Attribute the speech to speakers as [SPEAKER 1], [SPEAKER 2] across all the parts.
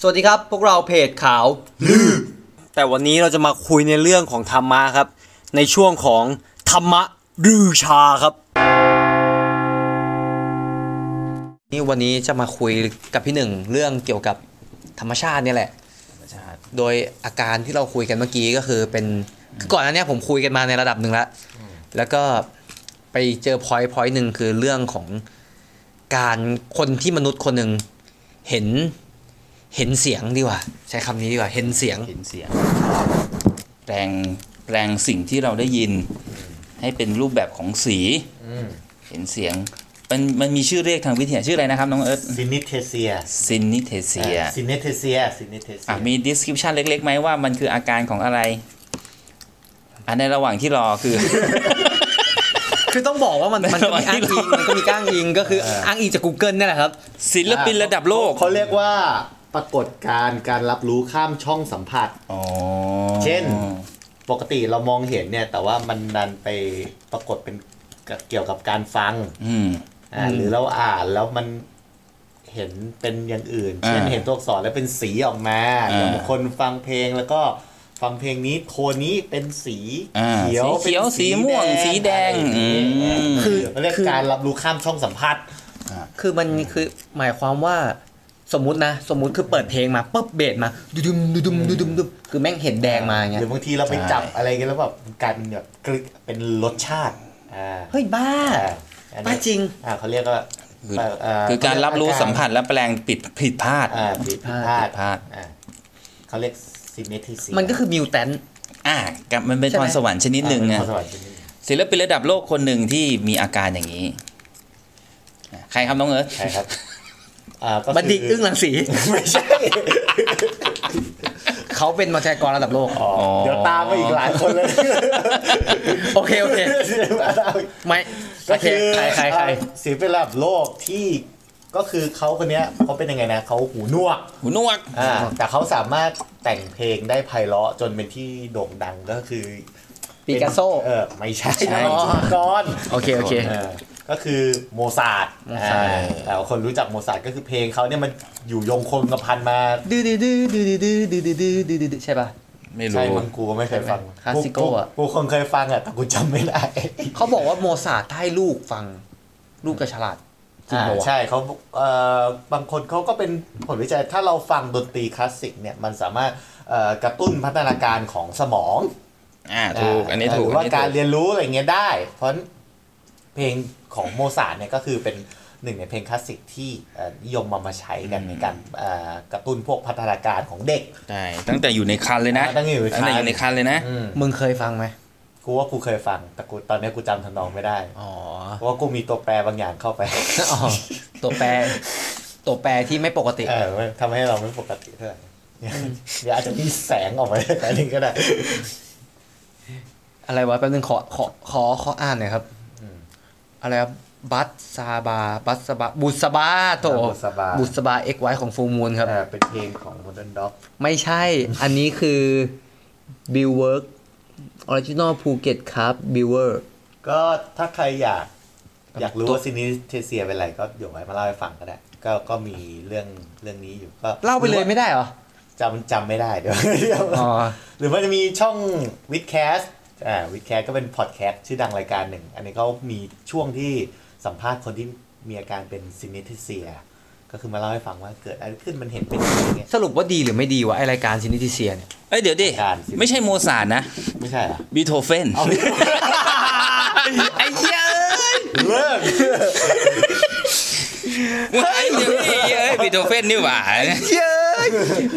[SPEAKER 1] สวัสดีครับ พวกเราเพจขาว
[SPEAKER 2] แต่วันนี้เราจะมาคุยในเรื่องของธรรมะครับ ในช่วงของธรรมะรือชาครับ
[SPEAKER 1] นี่วันนี้จะมาคุยกับพี่หนึ่งเรื่องเกี่ยวกับธรรมชาติเนี่ยแหละ โดยอาการที่เราคุยกันเมื่อกี้ก็คือเป็นคือก่อนหน้าเนี้ยผมคุยกันมาในระดับหนึ่งแล้ว แล้วก็ไปเจอพอยต์พอยต์หนึ่งคือเรื่องของการคนที่มนุษย์คนหนึ่งเห็นเห็นเสียงดีกว่า ใช้คำนี้ดีกว่าเห็นเสี ยง
[SPEAKER 3] เห็นเสียงแปลงแปลงสิ่งที่เราได้ยิน ให้เป็นรูปแบบของสี เห็นเสียง มันมันมีชื่อเรียกทางวิทยาชื่ออะไรนะครับน้องเอิร์ธ
[SPEAKER 4] ซินิเทเซีย
[SPEAKER 3] ซินนิเทเซีย
[SPEAKER 4] ซินิเทเซียซินิเทเซี
[SPEAKER 3] อ่ะ
[SPEAKER 4] ย
[SPEAKER 3] มี description เล็กๆไหมว่ามันคืออาการของอะไร อันในระหว่างที่รอคือ
[SPEAKER 1] คือต้องบอกว่ามันมันก็มีอ้างอิงมันก็มีอ้างอิงก็คืออ้างอิงจาก Google เนี่ยแหละครับ
[SPEAKER 3] ศิลปินระดับโลก
[SPEAKER 4] เขาเรียกว่าปรากฏการณ์การรับรู้ข้ามช่องสัมผัส
[SPEAKER 3] อ๋อ
[SPEAKER 4] เช่น ปกติเรามองเห็นเนี่ย แต่ว่ามันนันไปปรากฏเป็นเกี่ยวกับการฟัง
[SPEAKER 3] อืม
[SPEAKER 4] อ่าหรือเราอ่านแล้วมันเห็นเป็นอย่างอื่น เช่น
[SPEAKER 3] อ่า
[SPEAKER 4] เห็นตัวอักษรแล้วเป็นสีออกมา
[SPEAKER 3] อ่า
[SPEAKER 4] อย่างบางคนฟังเพลงแล้วก็ฟังเพลงนี้โทนนี้เป็นสี
[SPEAKER 3] อ่า
[SPEAKER 4] เขียว
[SPEAKER 3] สีเขียว
[SPEAKER 4] ป็น
[SPEAKER 3] สีม่วงสีแดง
[SPEAKER 4] อะไรอย่างเงี้ย
[SPEAKER 3] อืม
[SPEAKER 4] คือเรียกการรับรู้ข้ามช่องสัมผัส
[SPEAKER 1] คือมันคือหมายความว่าสมมตินะ สมมติคือเปิดเพลงมาปุ๊บเบสมาดุดุมดุดุมดุดุมดุมคือแม่งเห็นแดงมาอย่างเงี้ย
[SPEAKER 4] หรือบางทีเราไปจับ
[SPEAKER 3] ใช่
[SPEAKER 4] อะไรกันแล้วแบบมันกลายเป็นแบบกลึกเป็นรสชาติอ่า
[SPEAKER 1] เฮ้ยบ้า
[SPEAKER 4] อ่าอันนี้
[SPEAKER 1] บ้าจริง
[SPEAKER 4] อ่าเขาเรียกว่า
[SPEAKER 3] คือ
[SPEAKER 4] เอ่เ
[SPEAKER 3] คือการรับรู้สัมผัสและแปลงผิดผิดพลาด
[SPEAKER 4] อ่าผิดพลาด
[SPEAKER 3] ผิดพลาด
[SPEAKER 4] อ่าเขาเรียกซิเมทริซี
[SPEAKER 1] มันก็คือมิวแทน
[SPEAKER 3] อ่ะกับมันเป็น
[SPEAKER 1] ใช่ไห
[SPEAKER 3] พ
[SPEAKER 1] ม
[SPEAKER 3] รสวรรค์ชนิดหนึ่งนะ
[SPEAKER 4] สวัสดี
[SPEAKER 3] ศิลปินระดับโลกคนหนึ่งที่มีอาการอย่างนี้อ่ะใครครับน้องเอิร์ธ
[SPEAKER 4] ใช่ครับอ่าก็คือ
[SPEAKER 1] บัณฑิตอึ้งหลังสี
[SPEAKER 4] ไม่ใช่
[SPEAKER 1] เขาเป็นมัลติกรระดับโลก
[SPEAKER 4] อ๋อเดี๋ยวตามมาอีกหลายคนเลย
[SPEAKER 1] โอเคโอเค ไม่
[SPEAKER 4] ก็
[SPEAKER 1] โอเค
[SPEAKER 4] คือ
[SPEAKER 1] ใครใครใคร
[SPEAKER 4] อ่าศิลปินระดับโลกที่ก็คือเขาคนเนี้ยเขาเป็นยังไงนะเขาหูหนวก
[SPEAKER 3] หูหนวก
[SPEAKER 4] อ่าแต่เขาสามารถแต่งเพลงได้ไพเราะจนเป็นที่โด่งดังก็คือ
[SPEAKER 1] ปิกัสโซ
[SPEAKER 4] เออไม่ใช่
[SPEAKER 3] ใช่
[SPEAKER 4] นะก่อน
[SPEAKER 1] โอเคโอเค
[SPEAKER 4] เออก็คือโมซาร์ท
[SPEAKER 1] โมซาร์ท
[SPEAKER 4] อ่าแต่ว่าคนรู้จักโมซาร์ทก็คือเพลงเขาเนี่ยมันอยู่ยงคงกระพันมา
[SPEAKER 1] ดื้อดื้อดื้อดื้อดื้อดื้อดื้อดื้อดื้อดื้อใช่ป่ะ
[SPEAKER 3] ไม่
[SPEAKER 4] ใช่
[SPEAKER 3] รู้
[SPEAKER 4] มังกูก็ไม่เคยฟัง
[SPEAKER 1] คลาสสิโก้อะ
[SPEAKER 4] กูคงเคยฟังอ่ะแต่กูจำไม่ได้
[SPEAKER 1] เขาบอกว่าโมซาร์ทให้ลูกฟังลูกกระฉลาดจริง
[SPEAKER 4] อ่า
[SPEAKER 1] ปะวะ
[SPEAKER 4] ใช่เขาเอ่อบางคนเขาก็เป็นผลวิจัยถ้าเราฟังดนตรีคลาสสิกเนี่ยมันสามารถเอ่อกระตุ้นพัฒนาการของสมอง
[SPEAKER 3] อ่าถูก อันนี้ถูก
[SPEAKER 4] หรื
[SPEAKER 3] อัน
[SPEAKER 4] ว่า
[SPEAKER 3] นี้
[SPEAKER 4] การ
[SPEAKER 3] ถูก
[SPEAKER 4] เรียนรู้อะไรเงี้ยได้ เพราะเพลงของโมซาร์ทเนี่ยก็คือเป็นหนึ่งในเพลงคลาสสิกที่เอ่อนิยมมามาใช้กันในการเอ่อกระตุ้นพวกพัฒนาการของเด็ก
[SPEAKER 3] ใช่ตั้งแต่อยู่ในคันเลยนะ
[SPEAKER 4] อ่าตั้งแต่อยู่ในคัน
[SPEAKER 3] ตั้งแต่อยู่ในคันเลยนะ
[SPEAKER 1] มึงเคยฟังไหม
[SPEAKER 4] กูว่ากูเคยฟัง แต่กูตอนเนี้ยกูจำทำนองไม่ได้
[SPEAKER 1] อ๋อ
[SPEAKER 4] เพราะว่ากูมีตัวแปรบางอย่างเข้าไป
[SPEAKER 1] อ๋อตัวแปร ตัวแปรที่ไม่ปกติ
[SPEAKER 4] เออทำให้เราไม่ปกติเท่าไหร่เดี๋ยวอาจจะมีแสงออกมาแต่นึงก็ได้
[SPEAKER 1] อะไรวะแป๊บนึงขอขอขอขออ่านหน่อยครับอะไรครับบัตซาบา บัตซาบา บุษบาโต
[SPEAKER 4] อ่าบุษบา
[SPEAKER 1] บุษบาเอ็กไวของฟูมูลครับ
[SPEAKER 4] เออเป็นเพลงของ Modern Dog
[SPEAKER 1] ไม่ใช่ อันนี้คือบิวเวิร์กออริจินอลภูเก็ตครับบิวเวอร์
[SPEAKER 4] ก็ถ้าใครอยากอยากรู้
[SPEAKER 1] ตัว
[SPEAKER 4] ว่าซินิเทเซียเป็นอะไรก็เดี๋ยวไว้มาเล่าให้ฟังก็ได้ ก็ก็มีเรื่องเรื่องนี้อยู่ก็
[SPEAKER 1] เล่าไปเลยไม่ได้เหรอ
[SPEAKER 4] จำจำไม่ได้เดี๋ยวเดี๋ยว
[SPEAKER 1] อ๋อ
[SPEAKER 4] หรือว่าจะมีช่องวิดแคสอ่าวิดแคสก็เป็นพอดแคสต์ชื่อดังรายการหนึ่ง อันนี้เขามีช่วงที่สัมภาษณ์คนที่มีอาการเป็นซินิเทเซีย ก็คือมาเล่าให้ฟังว่าเกิดอะไรขึ้นมันเห็นเป็นยังไง
[SPEAKER 1] สรุปว่าดีหรือไม่ดีวะ ไอรายการซินิติเซียเนี่ย
[SPEAKER 3] เอ้ยเดี๋ยวดิ
[SPEAKER 4] การสิ
[SPEAKER 3] ไม่ใช่โมซาร์ทนะ
[SPEAKER 4] ไม่ใช่เหรอ
[SPEAKER 3] บีโธเฟน ไอ้เหี้ย
[SPEAKER 4] เลิก
[SPEAKER 3] ว้ายเดี๋ยวดิเอ้ยบีโธเฟนนี่หว่า
[SPEAKER 1] เย้ย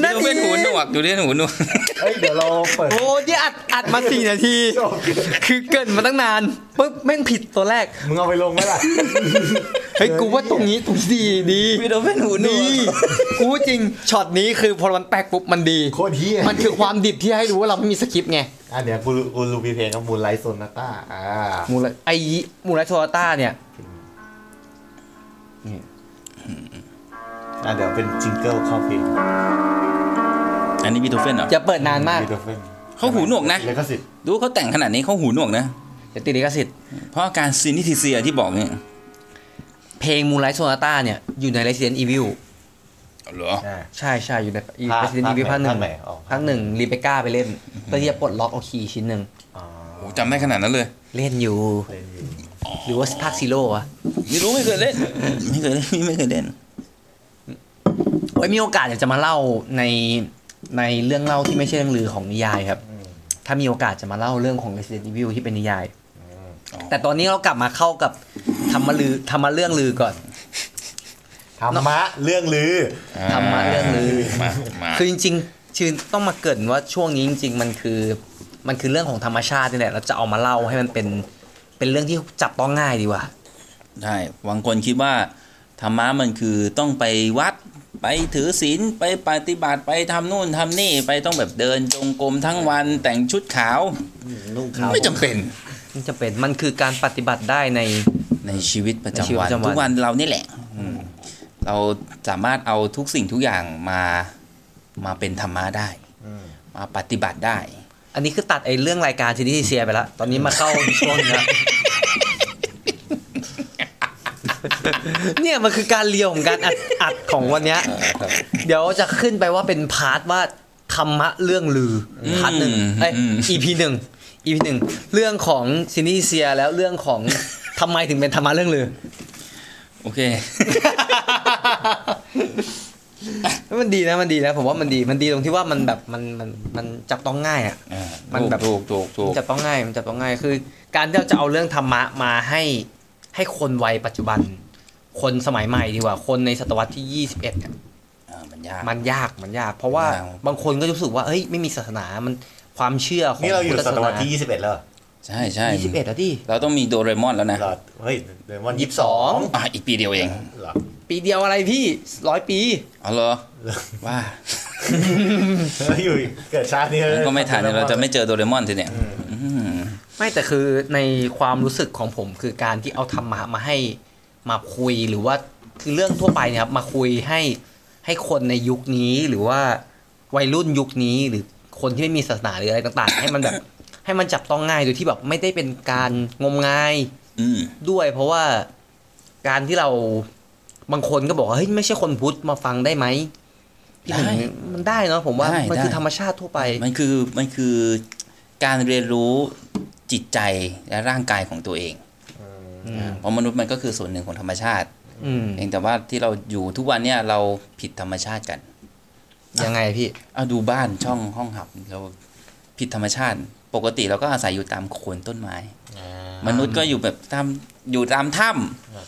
[SPEAKER 3] บีโธเฟนหูหนวกดูดิหูหนวก
[SPEAKER 4] เอ้ยเดี๋ยวเราเปิด
[SPEAKER 1] โอ้ยอัดอัดมาสี่นาที คือเกรินมาตั้งนานปุ๊บแม่งผิดตัวแรก
[SPEAKER 4] มึงเอาไปลงไหมล่ะ
[SPEAKER 1] เฮ้ยกูว่าตรงนี้ตรงนี้ดีดี
[SPEAKER 3] วิโดเฟนหูหนวก
[SPEAKER 1] ดีกูจริงช็อตนี้คือพอมันแปลกปุ๊บมันดี
[SPEAKER 4] โคตรเฮีย
[SPEAKER 1] มันคือความดิบที่ให้รู้ว่าเราไม่มีสคริปต์ไง
[SPEAKER 4] อันเนี้ยกูรู้กูรู้มีเพลงกับมูลไลท์โซนาต้าอ่า
[SPEAKER 1] มูลไอมูลไลโทรต้าเนี่ย
[SPEAKER 4] อ่าเดี๋ยวเป็นจิงเกิลเข้าเพลง
[SPEAKER 3] อันนี้บีโธเฟนเหรอ
[SPEAKER 1] จะเปิดนานมาก
[SPEAKER 4] บีโธเฟน
[SPEAKER 3] เขาหูหนวกนะ
[SPEAKER 4] เลขสิทธิ์
[SPEAKER 3] ดูเขาแต่งขนาดนี้เขาหูหนวกนะ
[SPEAKER 1] จะติดลิขสิทธิ์
[SPEAKER 3] เพราะอาการซินิทิเซียที่บอกเนี่ย
[SPEAKER 1] เพลงมูลไลโทรต้าเนี่ย อยู่ใน Resident Evil
[SPEAKER 3] เหรอ
[SPEAKER 4] อ่า
[SPEAKER 1] ใช่ใช่อยู่ในอี
[SPEAKER 4] ภาค
[SPEAKER 1] เรสซิเดนต์อีวิภา
[SPEAKER 4] ภาค
[SPEAKER 1] ค
[SPEAKER 4] ไหน
[SPEAKER 1] หนึ่ง
[SPEAKER 4] ภาคไหนอ๋อ
[SPEAKER 1] ภาคหนึ่งรีเบคก้าไปเล่นเพื่อที่จะปลดล็อกเอาคีย์ชิ้นหนึ่ง
[SPEAKER 4] อ๋อ
[SPEAKER 3] โอ้จำได้ขนาดนั้นเลย
[SPEAKER 1] เล่นอยู่
[SPEAKER 4] เป็นอยู่
[SPEAKER 1] หรือว่าภาคซีโร่อะ
[SPEAKER 3] ไม่รู้ไม่เคยเล่น ไม่เคยเล่นไม่เคยเล่น
[SPEAKER 1] ไว้ยมีโอกาสอยากจะมาเล่าในในเรื่องเล่าที่ไม่ใช่เรื่องลือของนิยายครับ
[SPEAKER 4] อืม
[SPEAKER 1] ถ้ามีโอกาสจะมาเล่าเรื่องของ Resident Evil ที่เป็นนิยาย
[SPEAKER 4] อืม
[SPEAKER 1] แต่ตอนนี้เรากลับมาเข้ากับธรรมลือธรรมะเรื่องลือก่อน
[SPEAKER 4] ธรรมะเรื่องลือ
[SPEAKER 1] ธรรมะเรื่องลือ
[SPEAKER 3] มามา
[SPEAKER 1] คือจริงๆชื่อต้องมาเกริดว่าช่วงนี้จริง ๆ มันคือมันคือเรื่องของธรรมชาตินี่แหละเราจะเอามาเล่าให้มันเป็นเป็นเรื่องที่จับต้องง่ายดีกว่า
[SPEAKER 3] ใช่บางคนคิดว่าธรรมะมันคือต้องไปวัด ไปถือศีลไปปฏิบัติไปทำนู่นทำนี่ไปต้องแบบเดินจงกรมทั้งวันแต่งชุดขาว
[SPEAKER 1] นุ่งขาว
[SPEAKER 3] ไม่จำเป็น
[SPEAKER 1] มันจะเป็นมันคือการปฏิบัติได้ใน
[SPEAKER 3] ในชีวิตประจำ
[SPEAKER 1] ในชีวิต
[SPEAKER 3] วั
[SPEAKER 1] ป
[SPEAKER 3] น
[SPEAKER 1] ระจำวัน
[SPEAKER 3] ทุกวันเรานี่แหละอืมเราสามารถเอาทุกสิ่งทุกอย่างมามาเป็นธรรมะได้
[SPEAKER 4] อืม
[SPEAKER 3] มาปฏิบัติได้
[SPEAKER 1] อันนี้คือตัดไอ้เรื่องรายการซีดีเซียไปแล้วตอนนี้มาเข้า ช่วงนี้ละ เนี่ยมันคือการเรียวของการอัด อัดของวันเนี้ย เดี๋ยวจะขึ้นไปว่าเป็นพาร์ทว่าธรรมะเรื่องลืออ
[SPEAKER 3] ม
[SPEAKER 1] พาร์ทหนึ่งเอ้ย
[SPEAKER 3] อืม
[SPEAKER 1] อีพีหนึ่งอีพีหนึ่งเรื่องของซีนีเซียแล้วเรื่องของ ทำไมถึงเป็นธรรมะเรื่องลื อ
[SPEAKER 3] โอเค
[SPEAKER 1] มันดีนะมันดีนะผมว่ามันดีมันดีตรงที่ว่ามันแบบมันมันมันจับต้องง่ายอ่ะ
[SPEAKER 3] อ่า
[SPEAKER 1] มันแบบ
[SPEAKER 3] ถูกถูกถูก
[SPEAKER 1] มัน
[SPEAKER 3] ถู
[SPEAKER 1] จับต้องง่ายมันจับต้องง่ายคือ การที่เราจะเอาเรื่องธรรมะมาให้ให้คนวัยปัจจุบัน คนสมัยใหม่ดีกว่า คนในศตวรรษที่ 21เนี่ย
[SPEAKER 3] กอ่ามันยาก
[SPEAKER 1] มันยากมันยาก เพราะว่าย
[SPEAKER 3] าก
[SPEAKER 1] บางคนก็รู้สึกว่าเฮ้ยไม่มีศาสนามันความเชื่อของ
[SPEAKER 4] นี่เราอยู่
[SPEAKER 1] พุทธ
[SPEAKER 4] ศ
[SPEAKER 1] ศา
[SPEAKER 4] ต
[SPEAKER 1] ส
[SPEAKER 4] วร
[SPEAKER 1] นาร
[SPEAKER 4] ษที่ 21 แล้วเหรอ
[SPEAKER 3] ใช่ใช่
[SPEAKER 1] ยี่สิบเอ็ดแล้วดิ
[SPEAKER 3] เราต้องมีโดเรมอนแล้วนะ
[SPEAKER 4] เหรอเฮ้ยเดมอนยี่สิบสอง
[SPEAKER 3] อ่ะอีกปีเดียวเอง
[SPEAKER 4] เหรอ
[SPEAKER 1] ปีเดียวอะไรพี่ร้อยปี
[SPEAKER 3] อ๋อเหรอว่า
[SPEAKER 4] เราอยู่เกิดชาตินี้
[SPEAKER 3] งั้นก็ไม่ทันเนี่ยเราจะไม่เจอโดเรมอนทีเนี่ยอืม
[SPEAKER 1] ไม่แต่คือในความรู้สึกของผมคือการที่เอาธรรมะมาให้มาคุยหรือว่าคือเรื่องทั่วไปเนี่ยครับมาคุยให้ให้คนในยุคนี้หรือว่าวัยรุ่นยุคนี้หรือคนที่ไม่มีศาสนาหรืออะไรต่าง ๆ ให้มันแบบ ให้มันจับต้องง่ายโดยที่แบบไม่ได้เป็นการงมงาย
[SPEAKER 3] อืม
[SPEAKER 1] ด้วยเพราะว่าการที่เราบางคนก็บอกว่าเฮ้ยไม่ใช่คนพุทธมาฟังได้ไหมพี่ห
[SPEAKER 3] ได้
[SPEAKER 1] นึ่งมันได้เนาะผมว่า
[SPEAKER 3] ได้
[SPEAKER 1] มันคือ
[SPEAKER 3] ได้
[SPEAKER 1] ธรรมชาติทั่วไป
[SPEAKER 3] มันคือมันคือการเรียนรู้จิตใจและร่างกายของตัวเอง
[SPEAKER 1] อืม
[SPEAKER 3] เพราะมนุษย์มันก็คือส่วนหนึ่งของธรรมชาติ
[SPEAKER 1] อืม
[SPEAKER 3] เพียงแต่ว่าที่เราอยู่ทุกวันเนี่ยเราผิดธรรมชาติกัน
[SPEAKER 1] ยังไงพี่
[SPEAKER 3] เอาดูบ้านช่องห้องหับเราผิดธรรมชาติ ปกติเราก็อาศัยอยู่ตามโคนต้นไม้ มนุษย์ก็อยู่แบบตามอยู่ตามถ้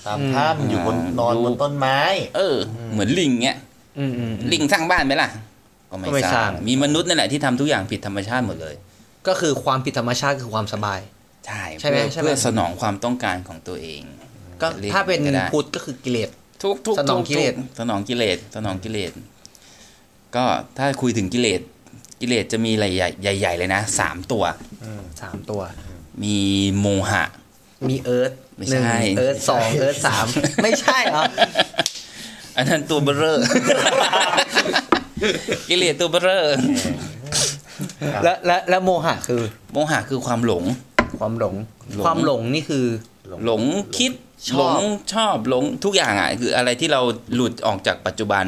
[SPEAKER 4] ตามถ้ำอยู่บนนอนบนต้นไม้
[SPEAKER 3] ำเอออ เหมือนลิงเงี้ย
[SPEAKER 1] อืมอืมอืม
[SPEAKER 3] ลิงสร้างบ้านไหมล่ะ ก็ไม่
[SPEAKER 1] ก็ไม่
[SPEAKER 3] ส
[SPEAKER 1] ส
[SPEAKER 3] ร้า
[SPEAKER 1] ร้าง ง
[SPEAKER 3] มีมนุษย์นั่นแหละที่ทำทุกอย่างผิดธรรมชาติหมดเลย
[SPEAKER 1] ก็คือความผิดธรรมชาติคือความสบาย
[SPEAKER 3] ใช่
[SPEAKER 1] ใช่ไหม
[SPEAKER 3] เพื่อ
[SPEAKER 1] ใช่ไหม
[SPEAKER 3] เพื่อสนองความต้องการของตัวเอง
[SPEAKER 1] ก็
[SPEAKER 3] เรียก
[SPEAKER 1] ถ้าเป็น
[SPEAKER 3] ก็ได้
[SPEAKER 1] พุทธก็คือกิเลส
[SPEAKER 3] ทุกๆทุก
[SPEAKER 1] สนองกิเลส
[SPEAKER 3] ๆสนองกิเลสสนองกิเลส ก็ถ้าคุยถึงกิเลส กิเลสจะมีอะไรใหญ่ใหญ่ ๆ เลยนะสามตัว
[SPEAKER 1] สามตัว
[SPEAKER 3] มีโมหะ
[SPEAKER 1] มีเอิร์ธ
[SPEAKER 3] ไม่
[SPEAKER 1] หนึ่ง
[SPEAKER 3] ใช่
[SPEAKER 1] เอิร์ธสองเอิร์ธ สามไม่ใช่เหรอ
[SPEAKER 3] อันนั้นตัวเบลอ กิเลสตัวเบลอ
[SPEAKER 4] ครับ
[SPEAKER 1] และและและโมหะคือ
[SPEAKER 3] โมหะคือความหลง
[SPEAKER 1] ความหลง
[SPEAKER 3] หลง
[SPEAKER 1] ความหลงนี่คือ
[SPEAKER 3] หลงคิด
[SPEAKER 1] ช
[SPEAKER 3] หล
[SPEAKER 1] อบ
[SPEAKER 3] งชอบหลงทุกอย่างอ่ะคืออะไรที่เราหลุดออกจากปัจจุบัน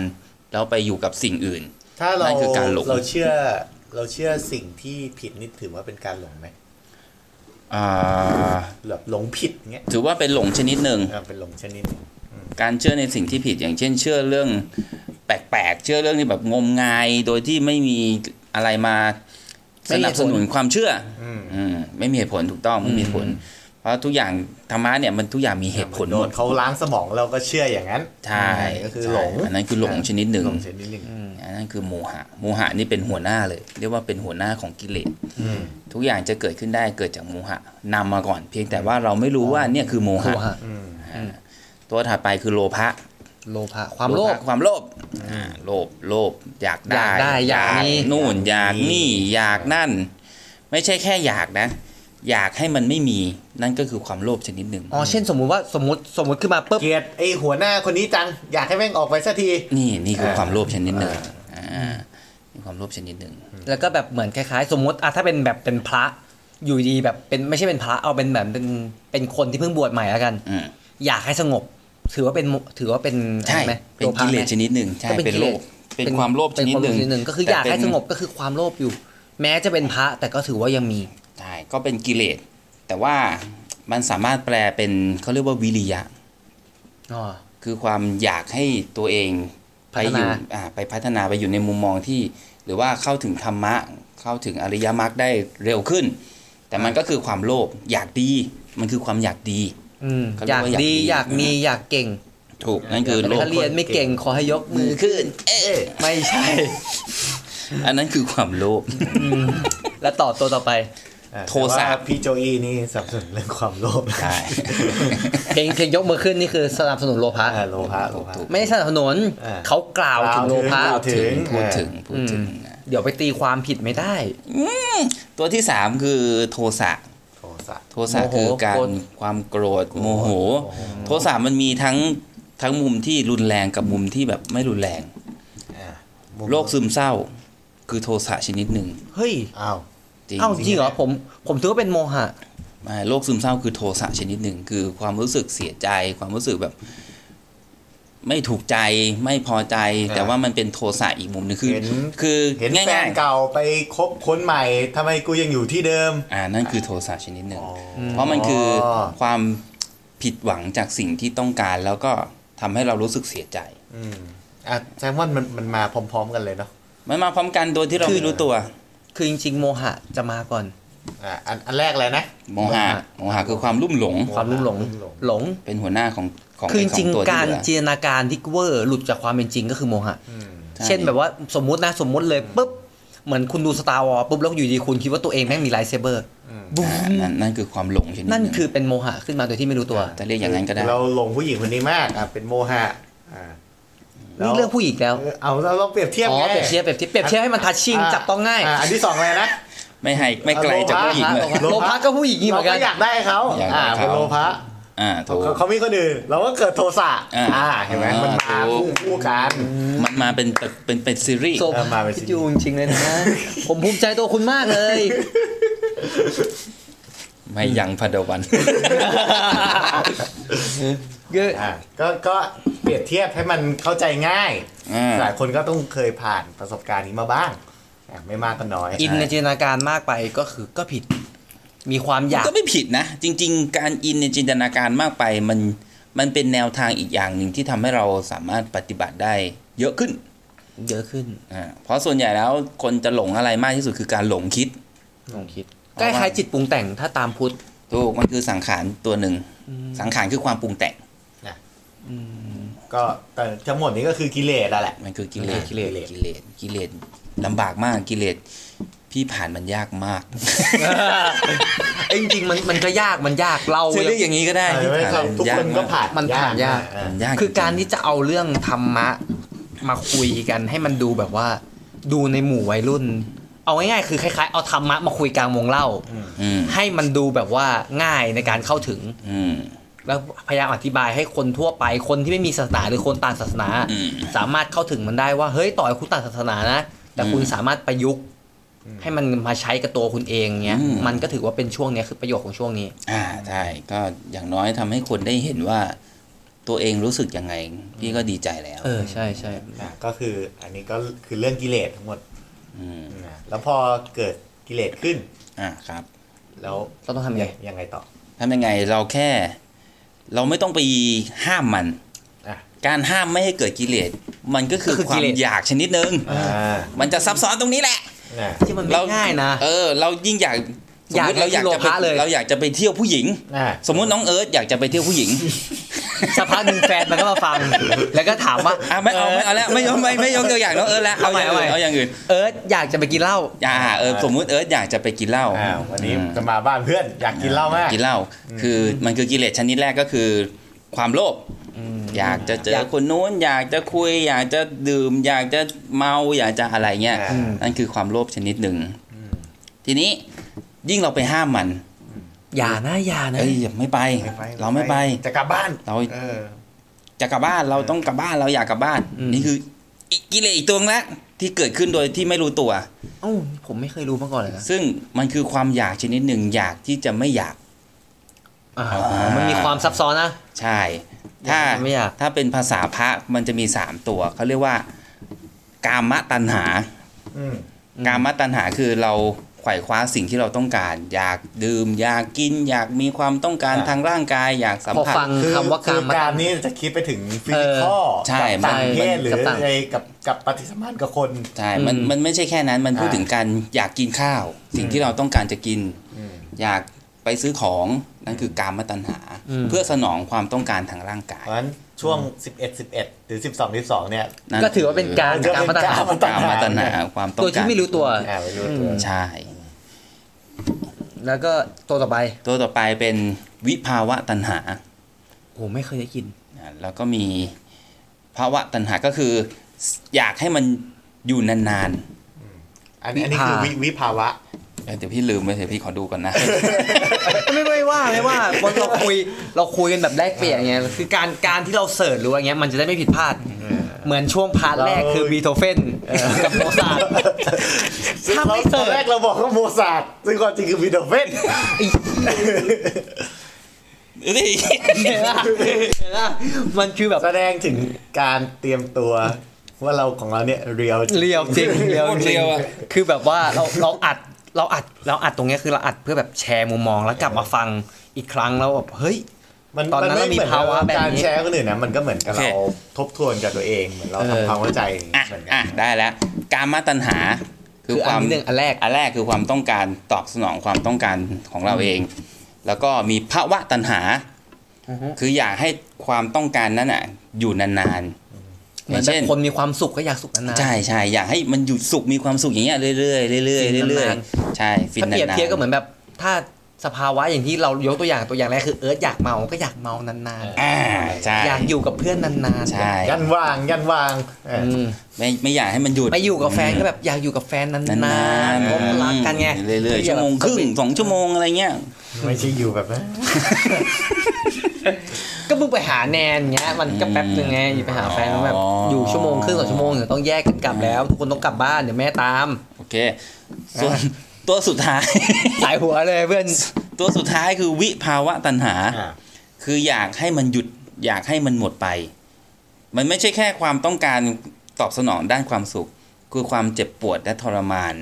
[SPEAKER 3] แล้วไปอยู่กับสิ่งอื่น
[SPEAKER 4] ถ้าเรา
[SPEAKER 3] นั่นคือการหลง
[SPEAKER 4] เราเชื่อเราเชื่อสิ่งที่ผิดนี่ถือว่าเป็นการหลงไหม
[SPEAKER 3] อ่า
[SPEAKER 4] แบบหลงผิดเงี้ย
[SPEAKER 3] ถือว่าเป็นหลงชนิดหนึ่ง
[SPEAKER 4] อ่าเป็นหลงชนิดหนึ่ง
[SPEAKER 3] การเชื่อในสิ่งที่ผิดอย่างเช่น เชื่อเรื่องแปลกๆ เชื่อเรื่องที่แบบงมงายโดยที่ไม่มีอะไรมาสนับสนุนความเชื่อ
[SPEAKER 4] อืม
[SPEAKER 3] อืมไม่มีเหตุผลถูกต้องไม่มีเหตุผล เพราะทุกอย่างธรรมะเนี่ยมันทุกอย่างมีเหตุผล
[SPEAKER 4] โด
[SPEAKER 3] หม
[SPEAKER 4] น
[SPEAKER 3] ด
[SPEAKER 4] เขาล้างสมองเราก็เชื่ออย่างนั้น
[SPEAKER 3] ใช่
[SPEAKER 4] ก็คือ
[SPEAKER 3] ใช่
[SPEAKER 4] หลง
[SPEAKER 3] อันนั้นคือหลงชนิดหนึ่ง
[SPEAKER 4] หลงชนิดหนึ่ง
[SPEAKER 3] อันนั้นคือโมหะ โมหะนี่เป็นหัวหน้าเลย เรียกว่าเป็นหัวหน้าของกิเลส ทุกอย่างจะเกิดขึ้นได้เกิดจากโมหะนำมาก่อน เพียงแต่ว่าเราไม่รู้ว่าเนี่ยคือโม
[SPEAKER 1] โล
[SPEAKER 3] หะ
[SPEAKER 1] หะ
[SPEAKER 4] อืม
[SPEAKER 3] ตัวถัดไปคือโลภะ
[SPEAKER 1] โลภะความโลภ
[SPEAKER 3] ภะความโลภอ่าโลภ โลภ อยากได้
[SPEAKER 1] อยากได้อยากมี
[SPEAKER 3] นู่น อยากนี่ อยากนั่น ไม่ใช่แค่อยากนะ อยากให้มันไม่มี นั่นก็คือความโลภชนิดหนึ่ง
[SPEAKER 1] อ๋อเช่นสมมุติว่าสมมติสมมติขึ้นมาปุ๊บ
[SPEAKER 4] เกลียดไอหัวหน้าคนนี้จัง อยากให้แม่งออกไปสักที
[SPEAKER 3] นี่นี่คือ
[SPEAKER 4] เออ
[SPEAKER 3] ความโลภชนิดหนึ่งอ่านี่ความโลภชนิดหนึ่ง
[SPEAKER 1] แล้วก็แบบเหมือนคล้ายๆ สมมติอะถ้าเป็นแบบเป็นพระอยู่ดีแบบเป็นไม่ใช่เป็นพระเอาเป็นแบบเป็นเป็นคนที่เพิ่งบวชใหม่แล้วกัน
[SPEAKER 3] อืม
[SPEAKER 1] อยากให้สงบ ถือว่าเป็นโมถือว่าเป็น
[SPEAKER 3] ใช่
[SPEAKER 1] อะไรไหม
[SPEAKER 3] เป็น
[SPEAKER 1] โภ
[SPEAKER 3] กิ
[SPEAKER 1] ไห
[SPEAKER 3] เล
[SPEAKER 1] ม
[SPEAKER 3] สชนิดหนึ่งใช่
[SPEAKER 1] ก็
[SPEAKER 3] เป็นโลภเป็นความโลภชนิดหนึ่ง
[SPEAKER 1] เป็ความโลภก็คือ
[SPEAKER 3] แต่
[SPEAKER 1] อยาก
[SPEAKER 3] เป็
[SPEAKER 1] ให้
[SPEAKER 3] น
[SPEAKER 1] สงบก็คือความโลภอยู่ แม้จะเป็นพระแต่ก็ถือว่ายังมี
[SPEAKER 3] ใช่ก็เป็นกิเลส แต่ว่ามันสามารถแปลเป็นเขาเรียกว่าวิริยะ
[SPEAKER 1] อ๋อ
[SPEAKER 3] คือความอยากให้ตัวเองไปอยู่
[SPEAKER 1] พัฒนา
[SPEAKER 3] อ่าไปพัฒนาไปอยู่ในมุมมองที่ หรือว่าเข้าถึงธรรมะ เข้าถึงอริยมรรคได้เร็วขึ้น แต่มันก็คือความโลภอยากดีมันคือความอยากดี
[SPEAKER 1] อืม
[SPEAKER 3] เขาเรี
[SPEAKER 1] อย ยาก ก
[SPEAKER 3] ว่าอยาก
[SPEAKER 1] ดี
[SPEAKER 3] ดี
[SPEAKER 1] อยากมีอยากเก่ง
[SPEAKER 3] ถูกนั่นคือโลภ
[SPEAKER 1] ถ้าเรียนไม่เก่งขอให้ยกมือขึ้น
[SPEAKER 3] เอ๊ะ
[SPEAKER 1] ไม่ใช่
[SPEAKER 3] อันนั้นคือความโลภ
[SPEAKER 1] แล้วต่อตัวต่อไป
[SPEAKER 4] อ่า
[SPEAKER 3] โทสะ
[SPEAKER 4] แต่ว่าพี่โจอี้นี่สนับสนุนเรื่องความโลภ
[SPEAKER 3] ใช่
[SPEAKER 1] เพลงเพลงยกมือขึ้นนี่คือสนับสนุนโลภะ
[SPEAKER 4] อ่าโลภะโลภะ
[SPEAKER 1] ไม่ได้สนับสนุน
[SPEAKER 4] อ่า
[SPEAKER 1] เขากล่าวถึงโลภะ
[SPEAKER 4] กล่าวถึง
[SPEAKER 3] พูดถึง
[SPEAKER 4] อ่า
[SPEAKER 3] พูดถึงนะ
[SPEAKER 1] เดี๋ยวไปตีความผิดไม่ได้
[SPEAKER 3] ตัวที่สามคือโทสะ
[SPEAKER 4] โทสะ
[SPEAKER 3] โทสะ
[SPEAKER 1] โมโห
[SPEAKER 3] คือการ
[SPEAKER 1] โกรธ
[SPEAKER 3] ความโกรธโมโห
[SPEAKER 4] โอ้โห
[SPEAKER 3] โทสะมันมีทั้งทั้งมุมที่รุนแรงกับมุมที่แบบไม่รุนแรง
[SPEAKER 4] อ่า
[SPEAKER 3] โรคซึมเศร้า คือโทสะชนิดหนึ่ง
[SPEAKER 1] เฮ้ย
[SPEAKER 4] อ้าว
[SPEAKER 3] จริง
[SPEAKER 1] เอ้าจริงเหรอผมผมถือว่าเป็นโมหะ
[SPEAKER 3] ไม่โรคซึมเศร้าคือโทสะชนิดหนึ่งคือความรู้สึกเสียใจ ความรู้สึกแบบ ไม่ถูกใจไม่พอใจ
[SPEAKER 4] อ่า
[SPEAKER 3] แต่ว่ามันเป็นโทสะอีกมุมหนึงคือ
[SPEAKER 4] เห็น
[SPEAKER 3] คือ
[SPEAKER 4] เห็น
[SPEAKER 3] ง่าย
[SPEAKER 4] แฟ
[SPEAKER 3] ๆ
[SPEAKER 4] นเก่าไปคบคนใหม่ทำไมกูยังอยู่ที่เดิม
[SPEAKER 3] อ่านั่นคือโทสะชนิดหนึ่ง เพราะมันคือความผิดหวังจากสิ่งที่ต้องการ แล้วก็ทำให้เรารู้สึกเสียใจ
[SPEAKER 4] อืมอ่ะแซมว่ามันมันมาพร้อม ๆ กันเลยเนาะ
[SPEAKER 3] มันมาพร้อมกันโดยที่เรา
[SPEAKER 1] คือ
[SPEAKER 3] ไม่รู้ตัว
[SPEAKER 1] คือจริงๆโมหะจะมาก่อน
[SPEAKER 4] อ่ะอันอันแรกเลยนะ
[SPEAKER 3] โมหะ โมหะคือความลุ่มหลง
[SPEAKER 1] ความรุ่มหลง
[SPEAKER 4] หลง
[SPEAKER 1] หลง
[SPEAKER 3] เป็นหัวหน้าของของ
[SPEAKER 1] คือจ
[SPEAKER 3] ไอ้ส
[SPEAKER 1] ริง
[SPEAKER 3] ตัว
[SPEAKER 1] ๆ
[SPEAKER 3] ที่
[SPEAKER 1] การ
[SPEAKER 3] เหลือ
[SPEAKER 1] จินตนาการที่เวอร์หลุดจากความเป็นจริงก็คือโมหะ
[SPEAKER 4] อืม
[SPEAKER 3] ใช่
[SPEAKER 1] เช่นแบบว่าสมมุตินะสมมุติเลยปุ๊บ เหมือนคุณดูสตาร์วอลปุ๊บแล้วอยู่ดีคุณคิดว่าตัวเองแม่งมีไลท์เซเบอร์
[SPEAKER 4] อืม
[SPEAKER 1] บูม
[SPEAKER 3] นั่นนั่นคือความหลงชนิดห
[SPEAKER 1] นั่น
[SPEAKER 3] นึ่ง
[SPEAKER 1] คือเป็นโมหะขึ้นมาโดยที่ไม่รู้ตัว
[SPEAKER 3] จะเรียกอย่างนั้นก็ได้
[SPEAKER 4] เราหลงผู้หญิงคนนี้มากอ่ะเป็นโมหะอ่ะ
[SPEAKER 1] นี่เรื่องผู้หญิงแล้ว
[SPEAKER 4] เออเอาเราลองเปรียบเทียบ
[SPEAKER 1] อ๋อ
[SPEAKER 4] ไง
[SPEAKER 1] เปรียบเทียบเปรียบเทียบเปรียบเทียบให้มันทัชชิ่ง
[SPEAKER 4] ะ
[SPEAKER 1] จับต้องง่าย
[SPEAKER 4] ะอันที่สองเลยนะ
[SPEAKER 3] ไม่ให้ไม่ไกลจากผู้หญิงเลย
[SPEAKER 4] โลภะ
[SPEAKER 1] โลภะก็ผู้หญิงนี่เหมื
[SPEAKER 4] เรา
[SPEAKER 1] อนกั
[SPEAKER 4] ก็
[SPEAKER 1] น
[SPEAKER 4] อยากได้เขา
[SPEAKER 3] อยากได้
[SPEAKER 4] อ่า
[SPEAKER 3] เขา
[SPEAKER 4] เป็นโลภะ
[SPEAKER 3] อ่าถูก
[SPEAKER 4] เขาเขามีคนอื่นเราก็เกิดโทสะ
[SPEAKER 3] อ่ะ
[SPEAKER 4] อ่าเห็นไหมมัน
[SPEAKER 3] อ่ามั
[SPEAKER 4] มา
[SPEAKER 3] ถูก
[SPEAKER 4] คู่คู่กัน
[SPEAKER 3] มันมาเป็นเป็นเป็นเป็นซีรีส์
[SPEAKER 1] โซ
[SPEAKER 4] เออมาเป็น
[SPEAKER 1] คิด
[SPEAKER 4] สิ่ง
[SPEAKER 1] อยู่จริงๆเลยนะ ผมภูมิใจตัวคุณมากเลย
[SPEAKER 3] ไม่ยังพันดวัน
[SPEAKER 1] คือ
[SPEAKER 4] อ่ะก็ก็เปรียบเทียบให้มันเข้าใจง่าย
[SPEAKER 3] อ่า
[SPEAKER 4] หลายคนก็ต้องเคยผ่านประสบการณ์นี้มาบ้างอ่ะไม่มากก็น้อย
[SPEAKER 1] อินในจินตนาการมากไปก็คือก็ผิด มีความอยาก
[SPEAKER 3] ก็ไม่ผิดนะ จริง ๆ การอินในจินตนาการมากไป มันมันเป็นแนวทางอีกอย่างหนึ่งที่ทำให้เราสามารถปฏิบัติได้เยอะขึ้น
[SPEAKER 1] เยอะขึ้น
[SPEAKER 3] อ่าเพราะส่วนใหญ่แล้วคนจะหลงอะไรมากที่สุดคือการหลงคิด
[SPEAKER 1] ลองคิดใกล้คล้ายๆจิตปรุงแต่งถ้าตามพุทธ
[SPEAKER 3] ถูกมันคือสังขารตัวหนึ่ง สังขารคือความปรุงแต่ง
[SPEAKER 4] ก็แต่ทั้งหมดนี้ก็คือกิเลสอะแหละ
[SPEAKER 3] มันคือกิเลส
[SPEAKER 4] กิเลส
[SPEAKER 3] กิเลสกิเลสลำบากมากกิเลสพี่ผ่านมันยากมาก
[SPEAKER 1] เอ้ยจริงๆมันมันก็ยากมันยากเรา
[SPEAKER 3] จะเรียกอย่างนี้ก็ได้
[SPEAKER 4] เออไม่
[SPEAKER 3] พี่
[SPEAKER 4] ใช่
[SPEAKER 3] ผ่าน
[SPEAKER 4] ทุก
[SPEAKER 3] ยา
[SPEAKER 4] คนก็
[SPEAKER 3] มาก
[SPEAKER 4] ผ่าน
[SPEAKER 1] มันผ่านยาก
[SPEAKER 4] เออ
[SPEAKER 3] มันยาก
[SPEAKER 1] คือการ
[SPEAKER 3] จง
[SPEAKER 1] ที่จะเอาเรื่องธรรมะมาคุยกันให้มันดูแบบว่า ดูในหมู่วัยรุ่น เอาง่ายๆคือคล้ายๆเอาธรรมะมาคุยกลางวงเล่า
[SPEAKER 3] ๆอืม
[SPEAKER 1] ให้มันดูแบบว่าง่ายในการเข้าถึง
[SPEAKER 3] อืม
[SPEAKER 1] แล้วพยายามอธิบายให้คนทั่วไปคนที่ไม่มีศาสนาหรือคนต่างศาสนา
[SPEAKER 3] อืม
[SPEAKER 1] สามารถเข้าถึงมันได้ว่าเฮ้ยต่อให้คุณต่างศาสนานะ แต่คุณสามารถประยุกต์ ให้มันมาใช้กับตัวคุณเองเนี้ยมันก็ถือว่าเป็นช่วงเนี้ยคือประโยชน์ของช่วงนี้
[SPEAKER 3] อ่าใช่ก็อย่างน้อยทำให้คนได้เห็นว่า ตัวเองรู้สึกยังไง พี่ก็ดีใจแล้ว
[SPEAKER 1] เออใช่ใช่
[SPEAKER 4] อ่ะก็คืออันนี้ก็คือเรื่องกิเลสทั้งหมด
[SPEAKER 3] ม
[SPEAKER 4] นะแล้วพอเกิดกิเลสขึ้น
[SPEAKER 3] อ่าครับ
[SPEAKER 4] แล้ว
[SPEAKER 1] เราต้องทำยังไง
[SPEAKER 4] ยังไงต่อ
[SPEAKER 3] ทำยังไงเราแค่ เราไม่ต้องไปห้ามมัน
[SPEAKER 4] อ่ะ
[SPEAKER 3] การห้ามไม่ให้เกิดกิเลส มันก็คือ
[SPEAKER 1] ก็คือ
[SPEAKER 3] ควา
[SPEAKER 1] กิ
[SPEAKER 3] ม
[SPEAKER 1] เลส
[SPEAKER 3] อยากชนิดหนึ่ง
[SPEAKER 4] อ่า
[SPEAKER 3] มันจะซับซ้อนตรงนี้แหละ
[SPEAKER 4] น่ะ
[SPEAKER 1] ที่มัน
[SPEAKER 3] เรา
[SPEAKER 1] ไม่ง่ายนะ
[SPEAKER 3] เออ เรายิ่งอยากสมมติเรา
[SPEAKER 1] อ
[SPEAKER 3] อา
[SPEAKER 1] ยา
[SPEAKER 3] ย
[SPEAKER 1] ก ก
[SPEAKER 3] จะ
[SPEAKER 1] ให้โลภะ
[SPEAKER 3] ไป
[SPEAKER 1] เลย
[SPEAKER 3] เราอยากจะไปเที่ยวผู้หญิง
[SPEAKER 4] น่ะ
[SPEAKER 3] สมมุติน้องเอิร์ธอยากจะไปเที่ยวผู้หญิง
[SPEAKER 1] สักพักหนึ่งแฟนมันก็มาฟัง แล้วก็ถามว่า
[SPEAKER 3] อ่ะไม่เอาไม่เอาแล้วไม่ยกไม่ไม่ยกตัวอย่างน้องเอิร์ธแล้วเอา
[SPEAKER 1] เอาใหม่เอาใหม่
[SPEAKER 3] อย่างอื่นเอาอย่างอื่น
[SPEAKER 1] เอิร์ธอยากจะไปกินเหล้า
[SPEAKER 3] อ่าเออสมมุติเอิร์ธอยากจะไปกินเหล้า
[SPEAKER 4] อ่าวันนี้
[SPEAKER 3] อืม
[SPEAKER 4] จะมาบ้านเพื่อนอยากกินเหล้ามาก
[SPEAKER 3] กินเหล้าคือมันคือกิเลสชนิดแรกก็คือ ความโลภอยากจะเจอคนนู้นอยากจะคุย อยากจะดื่ม อยากจะเมาอยากจะอะไรเงี้ย
[SPEAKER 4] อ่า
[SPEAKER 3] นั่นคือความโลภชนิดหนึ่งทีนี้ยิ่งเราไปห้ามมัน
[SPEAKER 1] อย่านะอย่านะ
[SPEAKER 3] เอ้ยไม่ไป เราไม่ไป
[SPEAKER 4] จะกลับบ้าน
[SPEAKER 3] เรา
[SPEAKER 4] เออ
[SPEAKER 3] จะกลับบ้านเราต้องกลับบ้านเราอยากกลับบ้าน นี่คืออีกกิเลสอีกตัวหนึ่งละที่เกิดขึ้นโดยที่ไม่รู้ตัว
[SPEAKER 1] เอ้าผมไม่เคยรู้มาก่อนเลยนะ
[SPEAKER 3] ซึ่งมันคือความอยากชนิดหนึ่งอยากที่จะไม่อยาก
[SPEAKER 1] อ่ามันมีความซับซ้อนนะ
[SPEAKER 3] ใช่ ถ้า
[SPEAKER 1] ไม่อยาก
[SPEAKER 3] ถ้าเป็นภาษาพระมันจะมีสามตัวเขาเรียกว่า กามตัณหา
[SPEAKER 4] อืม
[SPEAKER 3] กามตัณหาคือเราไขว่คว้าสิ่งที่เราต้องการ อยากดื่ม อยากกิน อยากมีความต้องการ
[SPEAKER 4] อ่า
[SPEAKER 3] ทางร่างกาย อยากสัม
[SPEAKER 1] พอ
[SPEAKER 3] ผัส
[SPEAKER 1] ฟังคำว่ากาม
[SPEAKER 4] คือการ
[SPEAKER 1] ตัณ
[SPEAKER 4] นี่จะคิดไปถึงฟิสิกอล
[SPEAKER 3] ใช่
[SPEAKER 4] กับต่าง
[SPEAKER 3] มัน
[SPEAKER 4] เพศ
[SPEAKER 3] มัน
[SPEAKER 4] หรือ
[SPEAKER 1] กับต่าง
[SPEAKER 4] อะไรกับกับปฏิสัมพันธ์กับคน
[SPEAKER 3] ใช่ มัน
[SPEAKER 1] อืม
[SPEAKER 3] มันไม่ใช่แค่นั้น มันพูด
[SPEAKER 4] อ่า
[SPEAKER 3] ถึงการอยากกินข้าว สิ่งที่เราต้องการจะกิน อยากไปซื้อของนั่นคือกามตัณหา
[SPEAKER 1] อืม
[SPEAKER 3] เพื่อสนองความต้องการทางร่างกา
[SPEAKER 4] เพ
[SPEAKER 3] ย
[SPEAKER 4] ราะฉะนั้นช่วง 11 11 หรือ 12 12 เนี่ย
[SPEAKER 3] นั่น
[SPEAKER 1] ก็ถือว่าเป็นการ
[SPEAKER 4] มันก็
[SPEAKER 1] กาม
[SPEAKER 4] เป็น
[SPEAKER 1] ตัณหาก
[SPEAKER 4] าม
[SPEAKER 3] กามตัณหาความต้อง
[SPEAKER 1] โด
[SPEAKER 3] การ
[SPEAKER 1] ยที่ไม่รู้ตัว
[SPEAKER 4] อ่าไม่รู้ตัว
[SPEAKER 3] ใช่
[SPEAKER 1] แล้วก็ตัวต่อไป
[SPEAKER 3] ตัวต่อไปเป็นวิภาวะตัณหา
[SPEAKER 1] โอ้ไม่เคยได้กิน
[SPEAKER 3] อ่ะแล้วก็มีภาวะตัณหาก็คืออยากให้มันอยู่นาน
[SPEAKER 4] อันนี้อันนี้คือวิวิภาวะ
[SPEAKER 3] ๆเอ้ยเดี๋ยวพี่ลืมไปเดี๋ยวพี่ขอดูก่อน นะ
[SPEAKER 1] ไม่ไม่ว่าไม่ว่าเพราะเราคุยเราคุยกันแบบแลกเปลี่ยนไงคือการการที่เราเสิร์ชหรือว่าอย่างเงี้ยมันจะได้ไม่ผิดพลาด เหมือนช่วงพาร์ทแรกคือ
[SPEAKER 4] เรา
[SPEAKER 1] บีโธเฟนกับโมซาร์ท
[SPEAKER 4] ซึ่ง
[SPEAKER 1] ถ้า
[SPEAKER 4] เรา
[SPEAKER 1] ไม่
[SPEAKER 4] ต
[SPEAKER 1] เสิ
[SPEAKER 4] อ
[SPEAKER 1] ร์
[SPEAKER 4] น
[SPEAKER 1] ช
[SPEAKER 4] แรกเราบอกว่าโมซาร์ทซึ่งความจริงคือวิโดเฟน
[SPEAKER 3] นี่
[SPEAKER 1] เห็นปะเห็นปะมันคือแบบ
[SPEAKER 4] แสดงถึงการเตรียมตัวว่าเราของเราเนี่ยเรียว
[SPEAKER 1] เรียวจริ งเรียว
[SPEAKER 3] โคตร
[SPEAKER 1] จริง
[SPEAKER 3] เร็วอะ
[SPEAKER 1] คือแบบว่าเราเราอัดเราอัดเราอัดตรงเนี้ยคือเราอัดเพื่อแบบแชร์มุมมองแล้วกลับมาฟังอีกครั้งแล้วแบบเฮ้ย
[SPEAKER 4] มัน
[SPEAKER 1] ตอนนั้
[SPEAKER 4] มัน
[SPEAKER 1] น
[SPEAKER 4] ไม่
[SPEAKER 1] เรามี
[SPEAKER 4] เหมือน
[SPEAKER 1] ภาวะแบบนี้
[SPEAKER 4] การแชร์คนอื่นนะมันก็เหมือนกับเราทบทวนกับตัวเองเหมือนเราทำความเข้าใจ
[SPEAKER 3] อ่ะ
[SPEAKER 4] เหมือนกั
[SPEAKER 3] อ่ะ
[SPEAKER 4] น
[SPEAKER 3] ได้แล้ว การมาตัณหาคือ
[SPEAKER 1] คืออั
[SPEAKER 3] ควาน ม
[SPEAKER 1] ที่หนึ่งอันแรก
[SPEAKER 3] อันแรกคือความต้องการตอบสนองความต้องการของเราเอง แล้วก็มีภาวะตัณหา
[SPEAKER 1] อือฮึ
[SPEAKER 3] คืออยากให้ความต้องการนั้นอ่ะอยู่นานๆ
[SPEAKER 1] เหมือย่แบบ
[SPEAKER 3] อาน งเช่น
[SPEAKER 1] คนมีความสุขก็อยากสุขนานๆ
[SPEAKER 3] ใช่ใช่อยากให้มันอยู่สุขมีความสุขอย่างเงี้ยเรื่อยๆเรื่อย
[SPEAKER 1] ฟิน
[SPEAKER 3] ๆเรื่อย
[SPEAKER 1] นาน
[SPEAKER 3] ๆใช่ฟิน
[SPEAKER 1] ถ้าเปรียบ
[SPEAKER 3] นาน
[SPEAKER 1] เทียบ
[SPEAKER 3] ๆ
[SPEAKER 1] ก็เหมือนแบบถ้าสภาวะอย่างที่เรายกตัวอย่างตัวอย่างแรกคือเอิร์ธอยากเมาก็อยากเมานาน
[SPEAKER 3] อ่าใช่
[SPEAKER 1] ๆ อยากอยู่กับเพื่อนนานๆ
[SPEAKER 3] ใช่
[SPEAKER 4] ยันวางยันวางเออ
[SPEAKER 1] อืม
[SPEAKER 3] ไม่ไม่อยากให้มันหยุด
[SPEAKER 1] ไปอยู่กับแฟนก็แบบอยากอยู่กับแฟนนาน
[SPEAKER 3] นาน
[SPEAKER 1] ๆพบ
[SPEAKER 3] ๆ
[SPEAKER 1] รักกันไง
[SPEAKER 3] เรื่อยๆชั่วโมงครึ่งสองชั่วโมงอะไรเงี้ย
[SPEAKER 4] ไม่ใช่อยู่แบบนั้น
[SPEAKER 1] ก็มึงไปหาแนนเงี้ยมันก็แป๊บนึงไงอยู่ไปหาแฟนแล้วแบบอยู่ชั่วโมงครึ่งสองชั่วโมงเดี๋ยวต้องแยกกันกลับแล้วทุกคนต้องกลับบ้านเดี๋ยวแม่ตาม
[SPEAKER 3] โอเคส่วนตัวสุดท้าย
[SPEAKER 1] สายหัวเลยเพื่อน
[SPEAKER 3] ตัวสุดท้ายคือวิภาวะตัณหา
[SPEAKER 4] อ่ะ
[SPEAKER 3] คืออยากให้มันหยุดอยากให้มันหมดไป มันไม่ใช่แค่ความต้องการตอบสนองด้านความสุข คือความเจ็บปวดและทรมาน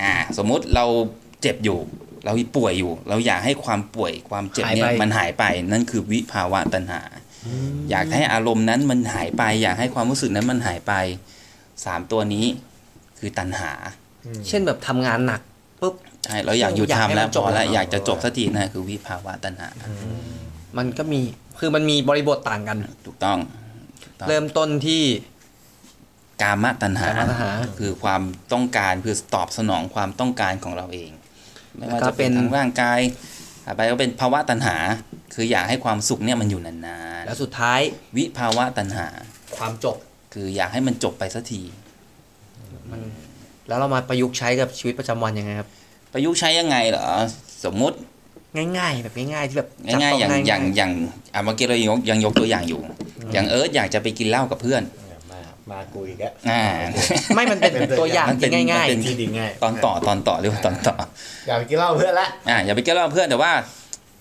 [SPEAKER 3] อ่าสมมุติเราเจ็บอยู่ เราป่วยอยู่ เราอยากให้ความป่วยความเจ็บเนี่ย
[SPEAKER 1] หายไป
[SPEAKER 3] มันหายไปนั่นคือวิภาวะตัณหา อยากให้อารมณ์นั้นมันหายไป อยากให้ความรู้สึกนั้นมันหายไปสามตัวนี้คือตัณหา
[SPEAKER 1] เช่นแบบทำงานหนักปุ๊บ
[SPEAKER 3] ใช่เราอยากหยุด
[SPEAKER 1] อยากให้
[SPEAKER 3] ทำแล้ว
[SPEAKER 1] มัน
[SPEAKER 3] พ
[SPEAKER 1] จบ
[SPEAKER 3] อแล้ว
[SPEAKER 1] แล้ว
[SPEAKER 3] อยากจะจบสักทีนะคือวิภาวะตัณหา
[SPEAKER 1] มันก็มีคือมันมีบริบทต่างกัน
[SPEAKER 3] ถูกต้อง ครับ
[SPEAKER 1] เริ่มต้นที่
[SPEAKER 3] กามตัณหาก
[SPEAKER 1] ามตัณหา
[SPEAKER 3] คือความต้องการคือตอบสนองความต้องการของเราเอง ไม่ว่า
[SPEAKER 1] แล้วก็
[SPEAKER 3] จะเป็น
[SPEAKER 1] เป็น
[SPEAKER 3] ทางร่างกายต่อไปก็เป็นภาวะตัณหา คืออยากให้ความสุขเนี่ยมันอยู่นาน
[SPEAKER 1] แล้วสุดท้าย
[SPEAKER 3] ๆวิภาวะตัณหา
[SPEAKER 1] ความจบ
[SPEAKER 3] คืออยากให้มันจบไปสักที
[SPEAKER 1] มันแล้วเรามาประยุกต์ใช้กับชีวิตประจำวันยังไงครับ
[SPEAKER 3] ประยุกต์ใช้ยังไงเหรอสมมุติ
[SPEAKER 1] ง่าย ๆ แบบง่ายๆที่แบบจับ
[SPEAKER 3] ง่าย
[SPEAKER 1] ต้
[SPEAKER 3] ๆอย่างอย่าง
[SPEAKER 1] ง่ๆ
[SPEAKER 3] อย่างอ่ะเมื่อกี้เรายังยกยังยกตัวอย่างอยู่ อย่างเอิร์ธอยากจะไปกินเหล้ากับเพื่อน
[SPEAKER 4] เนี่ยมามากูอีกแล้ว
[SPEAKER 3] อ่า
[SPEAKER 1] ไม่มันเป็น
[SPEAKER 4] เป็น
[SPEAKER 1] ตัวอย่าง
[SPEAKER 3] มันเป็
[SPEAKER 1] ที่
[SPEAKER 3] น
[SPEAKER 1] ง่าย
[SPEAKER 3] มันเป็น
[SPEAKER 4] ที่ดีง่าย
[SPEAKER 3] ตอนต่อตอนต่อหรือว่าตอนต่อ
[SPEAKER 4] อยากไปกินเหล้าเพื่อนละ
[SPEAKER 3] อ่าอย่าไปกินเหล้ากับเพื่อนแต่ว่า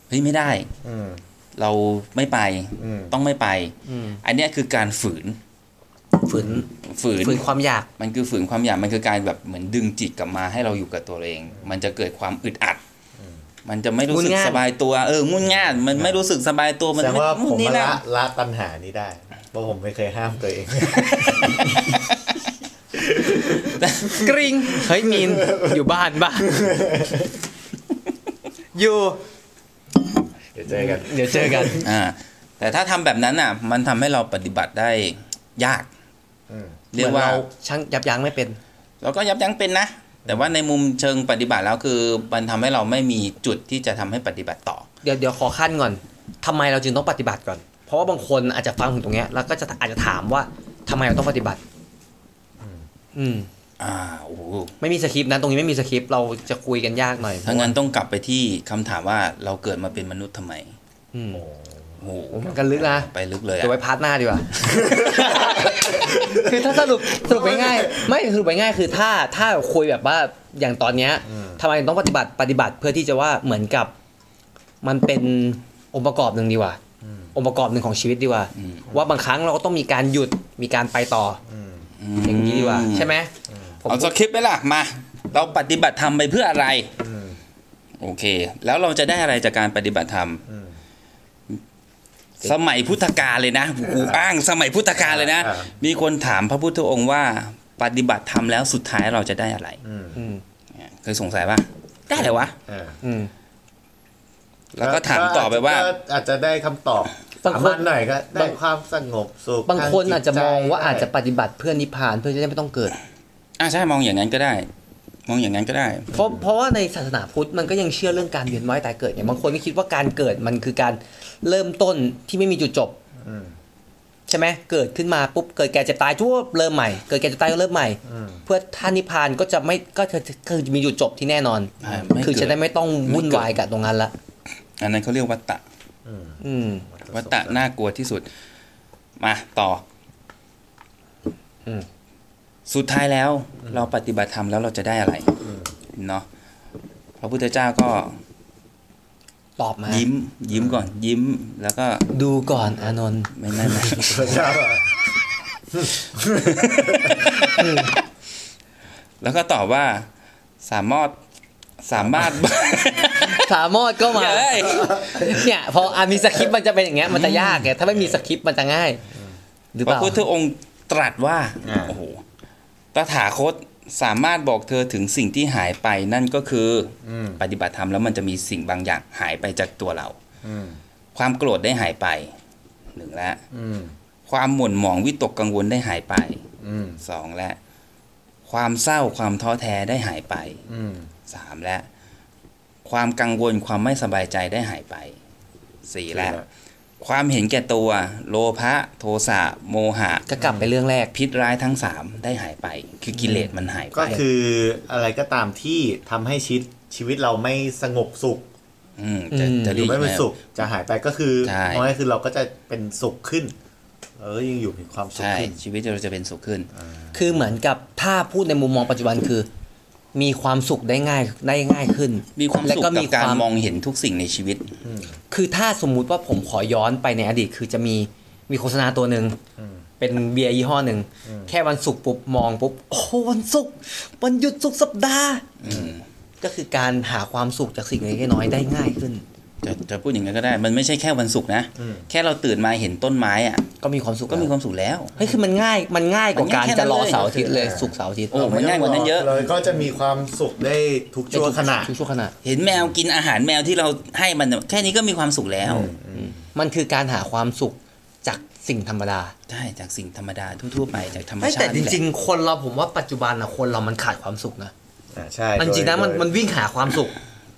[SPEAKER 3] เฮ้ยไม่ได้
[SPEAKER 4] อืม
[SPEAKER 3] เราไม่ไป
[SPEAKER 4] อืม
[SPEAKER 3] ต้องไม่ไป
[SPEAKER 1] ๆอืม
[SPEAKER 3] อันเนี้ยคือการฝืน
[SPEAKER 1] ฝืน
[SPEAKER 3] ฝืน
[SPEAKER 1] ฝืนความอยาก
[SPEAKER 3] มันคือฝืนความอยากมันคือการแบบเหมือนดึงจิตกลับมาให้เราอยู่กับตัวเอง มันจะเกิดความอึดอัด มันจะไม่รู้สึกสบายตัวเอองุ่นง่านมันไม่รู้สึกสบายตัวมัน
[SPEAKER 4] แสดงว่าผม
[SPEAKER 3] นี่
[SPEAKER 4] มา
[SPEAKER 3] นะ
[SPEAKER 4] ละละตัณหานี้ได้เพราะผมไม่เคยห้ามตัวเอง
[SPEAKER 1] กริงเฮ้ยมีนอยู่บ้าน บ้าอยู่
[SPEAKER 4] เดี๋ยวเจอกัน
[SPEAKER 1] เดี๋ยวเจอกัน
[SPEAKER 3] อ่าแต่ถ้าทำแบบนั้นอ่ะ มันทำให้เราปฏิบัติได้ยาก
[SPEAKER 4] อืม
[SPEAKER 3] เรียกว่า
[SPEAKER 1] หมือนช่างยับยั้งไม่เป็น
[SPEAKER 3] เราก็ยับยั้งเป็นนะ แต่ว่าในมุมเชิงปฏิบัติแล้วคือมันทำให้เราไม่มีจุดที่จะทำให้ปฏิบัติต่อ
[SPEAKER 1] เดี๋ยวเดี๋ยวขอขั้นก่อนทำไมเราจึงต้องปฏิบัติก่อน เพราะว่าบางคนอาจจะฟังถึงตรงเนี้ยแล้วก็จะอาจจะถามว่าทำไมเราต้องปฏิบัติ อืม
[SPEAKER 3] อ่าโอ้โห
[SPEAKER 1] ไม่มีสคริปต์นะตรงนี้ไม่มีสคริปต์เราจะคุยกันยากหน่อย
[SPEAKER 3] ถ้างั้นต้องกลับไปที่คำถามว่าเราเกิดมาเป็นมนุษย์ทำไม
[SPEAKER 1] อืม
[SPEAKER 4] โอ้โห
[SPEAKER 3] โอ้โห
[SPEAKER 1] โอ้มันก็ลึกนะ
[SPEAKER 3] ไปลึกเลย
[SPEAKER 1] เดี๋ยว
[SPEAKER 3] อะ
[SPEAKER 1] ไว้พาร์ทหน้าดีกว่า คือถ้าสรุปสรุปง่ายๆไม่สรุปง่ายๆคือถ้าถ้าคุยแบบว่าอย่างตอนเนี้ยทำไมต้องปฏิบัติปฏิบัติเพื่อที่จะว่าเหมือนกับ มันเป็นองค์ประกอบหนึ่งดีกว่า องค์ประกอบหนึ่งของชีวิตดีกว่า
[SPEAKER 3] อืม
[SPEAKER 1] ว่าบางครั้งเราก็ต้องมีการหยุดมีการไปต่อออย่างนี้ดีกว่า ใช่ไหมผม
[SPEAKER 3] เอาสคริปต์ไหมล่ะ มา เราปฏิบัติธรรมไปเพื่ออะไร โอเค แล้วเราจะได้อะไรจากการปฏิบัติธรรม สมัยพุทธกาลเลยนะกูอ้างสมัยพุทธกาลเลยนะ
[SPEAKER 4] อ่า
[SPEAKER 3] มีคนถามพระพุทธองค์ว่า ปฏิบัติธรรมแล้วสุดท้ายเราจะได้อะไร
[SPEAKER 4] อืม
[SPEAKER 1] อืม
[SPEAKER 3] เนี่ยเคยสงสัยป่ะ ได้อะไรวะ
[SPEAKER 4] อ่า
[SPEAKER 1] อืม
[SPEAKER 3] แล้วก็ถามต่อไปว่า
[SPEAKER 4] ก็อาจจะได้คำตอบบ
[SPEAKER 1] างคน
[SPEAKER 4] สมรถหน่อยก็ได้ความสงบสุข
[SPEAKER 1] บางคน
[SPEAKER 4] ท
[SPEAKER 1] อาจจะมองว่า
[SPEAKER 4] ใ
[SPEAKER 1] อาจจะปฏิบัติเพื่อนิพพานเพื่อจะได้ไม่ต้องเกิด
[SPEAKER 3] อ่าใช่มองอย่างนั้นก็ได้ มองอย่างนั้นก็ได้
[SPEAKER 1] เพราะเพราะว่าในศาสนาพุทธมันก็ยังเชื่อเรื่องการเวียนว่ายตายเกิดเนี่ยบางคนก็คิดว่าการเกิดมันคือการเริ่มต้นที่ไม่มีจุดจบ
[SPEAKER 4] อืม
[SPEAKER 1] ใช่ไหมเกิดขึ้นมาปุ๊บเกิดแก่เจ็บตายทั่วเริ่มใหม่เกิดแก่เจ็บตายก็เริ่มใหม่
[SPEAKER 4] อืม
[SPEAKER 1] เพื่อท่านนิพพานก็จะไม่ก็จะคือมีจุดจบที่แน่นอน
[SPEAKER 3] ใช่ไม่เกิด
[SPEAKER 1] คือจะได้ไม่ต้องวุ่น
[SPEAKER 3] ไม่เกิด
[SPEAKER 1] วายกับตรงนั้นละ
[SPEAKER 3] อันนั้นเขาเรียกวัตตะ
[SPEAKER 4] อืม
[SPEAKER 1] อืม
[SPEAKER 3] วัตตะน่ากลัวที่สุด มาต่ออ
[SPEAKER 1] ม
[SPEAKER 3] สุดท้ายแล้วเราปฏิบัติธรรมแล้วเราจะได้อะไรเนาะพระพุทธเจ้าก็
[SPEAKER 1] ตอบมา
[SPEAKER 3] ยิ้ม ยิ้มก่อน ยิ้มแล้วก็
[SPEAKER 1] ดูก่อนอานนท์
[SPEAKER 3] ไม่ไม่ ไม่
[SPEAKER 4] พระเจ้าอะ
[SPEAKER 3] แล้วก็ตอบว่าสามารถสาม ารถ
[SPEAKER 1] สามารถก็มา
[SPEAKER 3] เฮ้ย
[SPEAKER 1] เนี่ยพออะมีสคริปต์มันจะเป็นอย่างเงี้ยมันจะยากไงถ้าไม่มีสคริปต์มันจะง่าย หรือ
[SPEAKER 3] พ
[SPEAKER 1] เประ ล่า
[SPEAKER 3] พุทธองค์ตรัสว่า
[SPEAKER 4] า
[SPEAKER 3] โอ้โหตถาคตสามารถบอกเธอถึงสิ่งที่หายไปนั่นก็คืออ
[SPEAKER 4] อืม
[SPEAKER 3] ปฏิบัติธรรมแล้วมันจะมีสิ่งบางอย่างหายไปจากตัวเรา
[SPEAKER 4] อืม
[SPEAKER 3] ความโกรธได้หายไปหนึ่งแล้ว
[SPEAKER 4] อืม
[SPEAKER 3] ความหม่นหมองวิตกกังวลได้หายไป
[SPEAKER 4] อืม
[SPEAKER 3] สองแล้วความเศร้าความท้อแท้ได้หายไป
[SPEAKER 4] อืม
[SPEAKER 3] สามแล้วความกังวลความไม่สบายใจได้หายไปสี่แล้วความเห็นแก่ตัว โลภะโทสะโมหะ
[SPEAKER 1] ก็กลับไปเรื่องแรก
[SPEAKER 3] พิษร้ายทั้งสามได้หายไป คือกิเลสมันหายไป
[SPEAKER 4] ก็คืออะไรก็ตามที่ทำให้ชีวิตชีวิตเราไม่สงบสุข
[SPEAKER 3] มจะ
[SPEAKER 1] อืม
[SPEAKER 3] จะ
[SPEAKER 4] หรื
[SPEAKER 3] เรีย
[SPEAKER 4] อก ไม่เป็นสุขจะหายไปก็คือ
[SPEAKER 3] ใช่
[SPEAKER 4] เพราะงั้นคือเราก็จะเป็นสุขขึ้น เออยังอยู่มีความสุข
[SPEAKER 3] ใช่
[SPEAKER 4] ขึ้น
[SPEAKER 3] ชีวิตเราจะเป็นสุขขึ้น
[SPEAKER 1] คือเหมือนกับถ้าพูดในมุมมองปัจจุบันคือ มีความสุขได้ง่ายได้ง่ายขึ้น
[SPEAKER 3] มีความ
[SPEAKER 1] และ
[SPEAKER 3] สุข
[SPEAKER 1] ก็
[SPEAKER 3] กั
[SPEAKER 1] มี
[SPEAKER 3] บการ
[SPEAKER 1] ความ
[SPEAKER 3] มองเห็นทุกสิ่งในชีวิต
[SPEAKER 1] คือถ้าสมมุติว่าผมขอย้อนไปในอดีต คือจะมีมีโฆษณาตัวหนึ่งเป็นเบียร์ยี่ห้อหนึ่งแค่วันศุกร์ปุ๊บมองปุ๊บโอ้โหวันศุกร์วันหยุดศุกร์สัปดาห์ก็คือการหาความสุขจากสิ่งเล็กๆน้อยๆได้ง่ายขึ้น
[SPEAKER 3] จะจะพูดอย่างนั้นก็ได้ มันไม่ใช่แค่วันศุกร์นะ
[SPEAKER 4] อืม
[SPEAKER 3] แค่เราตื่นมาเห็นต้นไม้อ่ะ
[SPEAKER 1] ก็มีความสุข
[SPEAKER 3] ก็มีความสุขแล้ว
[SPEAKER 1] เฮ้ยคือมันง่ายมันง่ายกว่าการจะรอเสาร์อาทิตย์เลยศุกร์เสาร์อาทิตย์
[SPEAKER 3] โอ้ มันง่ายกว่านั้นเยอะ
[SPEAKER 4] เราก็จะมีความสุขได้ทุกชั่วขณะ
[SPEAKER 1] ทุกชั่วขณะ
[SPEAKER 3] เห็นแมวกินอาหารแมวที่เราให้มันน่ะแค่นี้ก็มีความสุขแล้ว
[SPEAKER 1] มันคือการหาความสุขจากสิ่งธรรมดา
[SPEAKER 3] ใช่จากสิ่งธรรมดาทั่วๆไปจากธรรม
[SPEAKER 1] เฮ้ย
[SPEAKER 3] ชา
[SPEAKER 1] แต่จ
[SPEAKER 3] ตินี่แหละ
[SPEAKER 1] ริงๆ คนเราผมว่าปัจจุบันนะคนเรามันขาดความสุขนะ
[SPEAKER 4] อ่าใช่
[SPEAKER 1] มันจริงๆนะ
[SPEAKER 4] โดย
[SPEAKER 1] มัน
[SPEAKER 4] โดย
[SPEAKER 1] มันวิ่งหาความสุข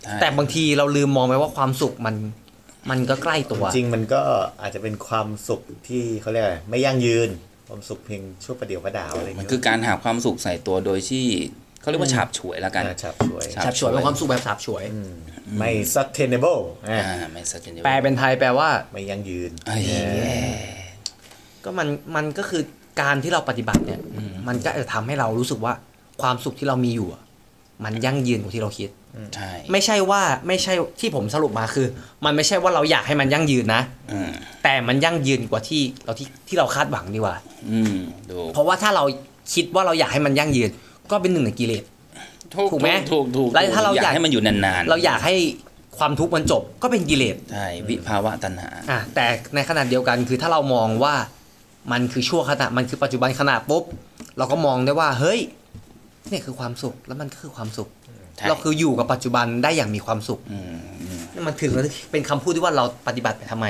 [SPEAKER 3] ใช่
[SPEAKER 1] แต่บางทีเราลืมมองไปว่าความสุขมันมันก็ใกล้ตัว
[SPEAKER 4] จริงๆมันก็อาจจะเป็นความสุขที่เขาเรียกอะไรไม่ยั่งยืน ความสุขเพียงชั่วประเดี๋ยวประดาวอะไรอย่าง
[SPEAKER 3] มัน
[SPEAKER 4] เงี้ย
[SPEAKER 3] คือการหาความสุขใส่ตัวโดยที่เขาเรียกว่าฉาบฉวยแล้วกัน
[SPEAKER 4] อ่าฉับฉวย
[SPEAKER 3] ครับ
[SPEAKER 1] ฉับฉวยเป็นความสุขแบบฉับฉวย
[SPEAKER 4] ไม่ sustainable อ่า
[SPEAKER 3] อ่าไม่สัจจะ
[SPEAKER 1] แปลเป็นไทยแปลว่า
[SPEAKER 4] ไม่ยั่งยืน
[SPEAKER 3] เอ้ย
[SPEAKER 1] ก็มันมันก็คือการที่เราปฏิบัติเนี่ย มันก็จะทำให้เรารู้สึกว่าความสุขที่เรามีอยู่อะมันยั่งยืนกว่าที่เราคิด
[SPEAKER 3] ใช่
[SPEAKER 1] ไม่ใช่ว่าไม่ใช่ที่ผมสรุปมาคือ มันไม่ใช่ว่าเราอยากให้มันยั่งยืนนะ
[SPEAKER 3] อืม
[SPEAKER 1] แต่มันยั่งยืนกว่าที่เราที่ที่เราคาดหวังดีกว่า
[SPEAKER 3] อืมดู
[SPEAKER 1] เพราะว่าถ้าเราคิดว่าเราอยากให้มันยั่งยืน ก็เป็นหนึ่งในกิเลส ถูกไหม
[SPEAKER 3] ถูกถูก
[SPEAKER 1] แล้วถ้าเราอยาก
[SPEAKER 3] ให้มันอยู่นานๆ
[SPEAKER 1] เราอยากให้ความทุกข์มันจบก็เป็นกิเลส
[SPEAKER 3] ใช่วิภาวะตัณหา
[SPEAKER 1] อ่ะแต่ในขณะเดียวกันคือถ้าเรามองว่ามันคือชั่วขณะมันคือปัจจุบันขณะปุ๊บเราก็มองได้ว่าเฮ้ยเนี่ยคือความสุขแล้วมันก็คือความสุข
[SPEAKER 3] ใช่
[SPEAKER 1] เราคืออยู่กับปัจจุบันได้อย่างมีความสุข
[SPEAKER 3] อืมอืม
[SPEAKER 1] นี่มันถึงเป็นคำพูดที่ว่าเราปฏิบัติไปทำไม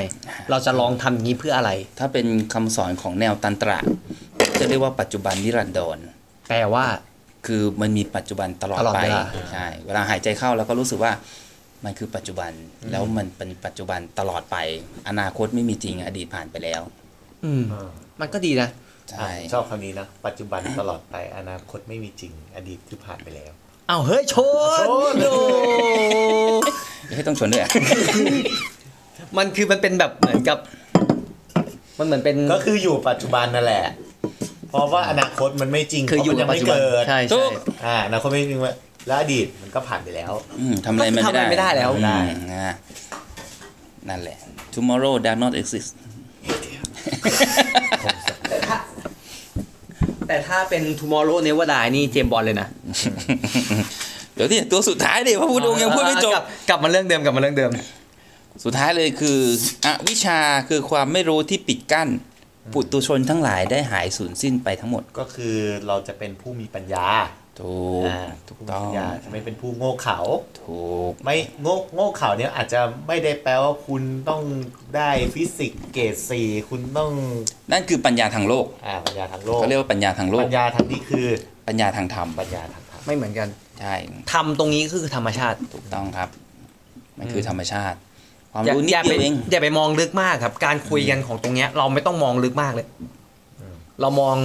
[SPEAKER 1] เราจะลองทำอย่างนี้เพื่ออะไร
[SPEAKER 3] ถ้าเป็นคำสอนของแนวตันตระ จะเรียกว่าปัจจุบันนิรันดร
[SPEAKER 1] แปลว่า
[SPEAKER 3] คือมันมีปัจจุบันตลอด
[SPEAKER 1] ตลอด
[SPEAKER 3] ไป
[SPEAKER 1] เวลา
[SPEAKER 3] ใช่เวลาหายใจเข้าเราก็รู้สึกว่ามันคือปัจจุบันแล้วมันเป็นปัจจุบันตลอดไป อนาคตไม่มีจริงอดีตผ่านไปแล้ว
[SPEAKER 1] อืม มันก็ดีนะ
[SPEAKER 3] ใช่
[SPEAKER 4] ชอบคำนี้นะ ปัจจุบันตลอดไปอนาคตไม่มีจริง อดีตคือผ่านไปแล้ว
[SPEAKER 1] อ้าวเฮ้ยชน
[SPEAKER 4] ชน
[SPEAKER 1] โอ้
[SPEAKER 3] ให้ยต้องชวนด้วยอะ
[SPEAKER 1] มันคือมันเป็นแบบเหมือนกับ มันเหมือนเป็น
[SPEAKER 4] ก็คืออยู่ปัจจุบันนั่นแหละ เพราะว่าอนาคตมันไม่จริง
[SPEAKER 1] คืออยู่
[SPEAKER 4] เพราะมันยัง
[SPEAKER 1] ปัจ
[SPEAKER 4] ไม่
[SPEAKER 1] จุบัน
[SPEAKER 4] เกิด
[SPEAKER 1] ใช่ใช่
[SPEAKER 4] อ่าอนาคตไม่จริงว่าแล้วอดีตมันก็ผ่านไปแล้ว
[SPEAKER 3] อืมทำอะไรไม่
[SPEAKER 1] ก็
[SPEAKER 3] ได้
[SPEAKER 1] ทำอะไรไม่ได้แล้ว
[SPEAKER 3] อืมนะนั่นแหละ tomorrow does not exist
[SPEAKER 1] แต่ถ้าเป็น tomorrow never die นี่เจมส์บอลเลยนะ
[SPEAKER 3] เดี๋ยวที่ตัวสุดท้ายดิพระพุทธองค์ยังพูดไม่จบ
[SPEAKER 1] กลักลับมาเรื่องเดิมกลับมาเรื่องเดิม
[SPEAKER 3] สุดท้ายเลยคืออวิชาคือความไม่รู้ที่ปิดกั้น ปุตุชนทั้งหลายได้หายสูญสิ้นไปทั้งหมด
[SPEAKER 4] ก็คือเราจะเป็นผู้มีปัญญา
[SPEAKER 3] ถู
[SPEAKER 4] อ่า
[SPEAKER 3] ถูก
[SPEAKER 4] ผู้มี
[SPEAKER 3] ต้อง
[SPEAKER 4] ปัญญาจะไม่เป็นผู้โง่เขลา
[SPEAKER 3] ถูก
[SPEAKER 4] ไม่โง่โง่เข่าวเนี่ยอาจจะไม่ได้แปลว่าคุณต้องได้ฟิสิกส์เกรดสี่คุณต้อง
[SPEAKER 3] นั่นคือปัญญาทางโลก
[SPEAKER 4] อ่าปัญญาทางโลก
[SPEAKER 3] เขาเรียกว่าปัญญาทางโลก
[SPEAKER 4] ปัญญาทางนี้คือ
[SPEAKER 3] ปัญญาทางธรรม
[SPEAKER 4] ปัญญาทางธรรม
[SPEAKER 1] ไม่เหมือนกัน
[SPEAKER 3] ใช่
[SPEAKER 1] ทำตรงนี้คือธรรมชาติ
[SPEAKER 3] ถูกต้องครับ มันคือธรรมชาติ ความ
[SPEAKER 1] อย่า
[SPEAKER 3] รู้นิด
[SPEAKER 1] อย่า
[SPEAKER 3] เดี
[SPEAKER 1] ไป
[SPEAKER 3] ยวเอง
[SPEAKER 1] อย่าไปมองลึกมากครับ การคุยกันของตรงเนี้ย เราไม่ต้องมองลึกมากเลย เรามอง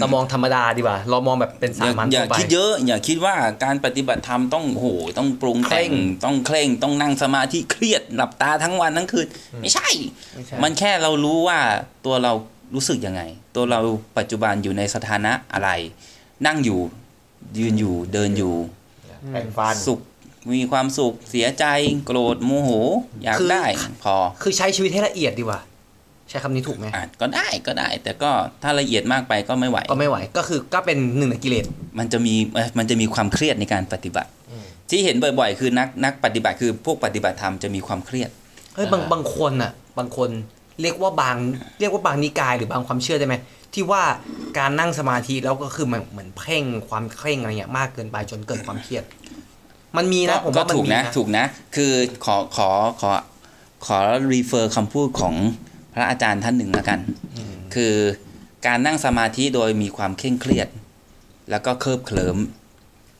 [SPEAKER 1] เรามองธรรมดาดีกว่า เรามองแบบเป็น
[SPEAKER 3] อ
[SPEAKER 1] สามัญ
[SPEAKER 3] ย่าอย่า
[SPEAKER 1] ทั่วไป
[SPEAKER 3] คิดเยอะ อย่าคิดว่าการปฏิบัติธรรมต้องโอ้โหต้องปรุง
[SPEAKER 1] เคร่
[SPEAKER 3] แต่ง
[SPEAKER 1] ง
[SPEAKER 3] ต้องเคร่งต้องนั่งสมาธิเครียดหลับตาทั้งวันทั้งคืนไม่ใช่
[SPEAKER 4] ไม่ใช่
[SPEAKER 3] มันแค่เรารู้ว่าตัวเรารู้สึกยังไง ตัวเราปัจจุบันอยู่ในสถานะอะไร นั่งอยู่ยืนอยู่เดินอยู่
[SPEAKER 4] แปลงฟัน
[SPEAKER 3] สุขมีความสุขเสียใจโกรธโมโห อยาก
[SPEAKER 1] คือ
[SPEAKER 3] ได้ พอ
[SPEAKER 1] คือใช้ชีวิตให้ละเอียดดีกว่า ใช้คำนี้ถูกไหม
[SPEAKER 3] อ่ะก็ได้ก็ได้ แต่ก็ถ้าละเอียดมากไปก็ไม่ไหว
[SPEAKER 1] ก็ไม่ไหว ก็คือก็เป็นหนึ่งในกิเลส
[SPEAKER 3] มันจะมีเอ่อมันจะมีความเครียดในการปฏิบัติ ที่เห็นบ่อยๆ คือนักนักปฏิบัติคือพวกปฏิบัติธรรมจะมีความเครียด
[SPEAKER 1] เฮ้ยบางบางคนน่ะ บางคนเรียกว่าบางเรียกว่าบางนิกายหรือบางความเชื่อได้ไหมที่ว่าการนั่งสมาธิแล้วก็คือเหมือนเหมือนเพ่งความเคร่งอะไรเงี้ยมากเกินไปจนเกิดความเครียด มันมีนะผม
[SPEAKER 3] ก็
[SPEAKER 1] ว่ามัน
[SPEAKER 3] ถูก
[SPEAKER 1] มี
[SPEAKER 3] นะ
[SPEAKER 1] นะ
[SPEAKER 3] ถูกนะ คือขอขอขอขอรีเฟอร์คำพูดของพระอาจารย์ท่านหนึ่งละกัน คือการนั่งสมาธิโดยมีความเคร่งเครียด แล้วก็เคลิบเคลิม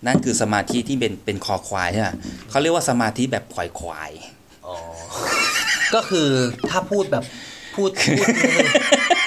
[SPEAKER 3] นั่นคือสมาธิที่เป็นเป็นคอควายใช่ไหมเขาเรียกว่าสมาธิแบบควายควาย
[SPEAKER 4] อ๋อ
[SPEAKER 1] ก็คือถ้าพูดแบบพูดพูด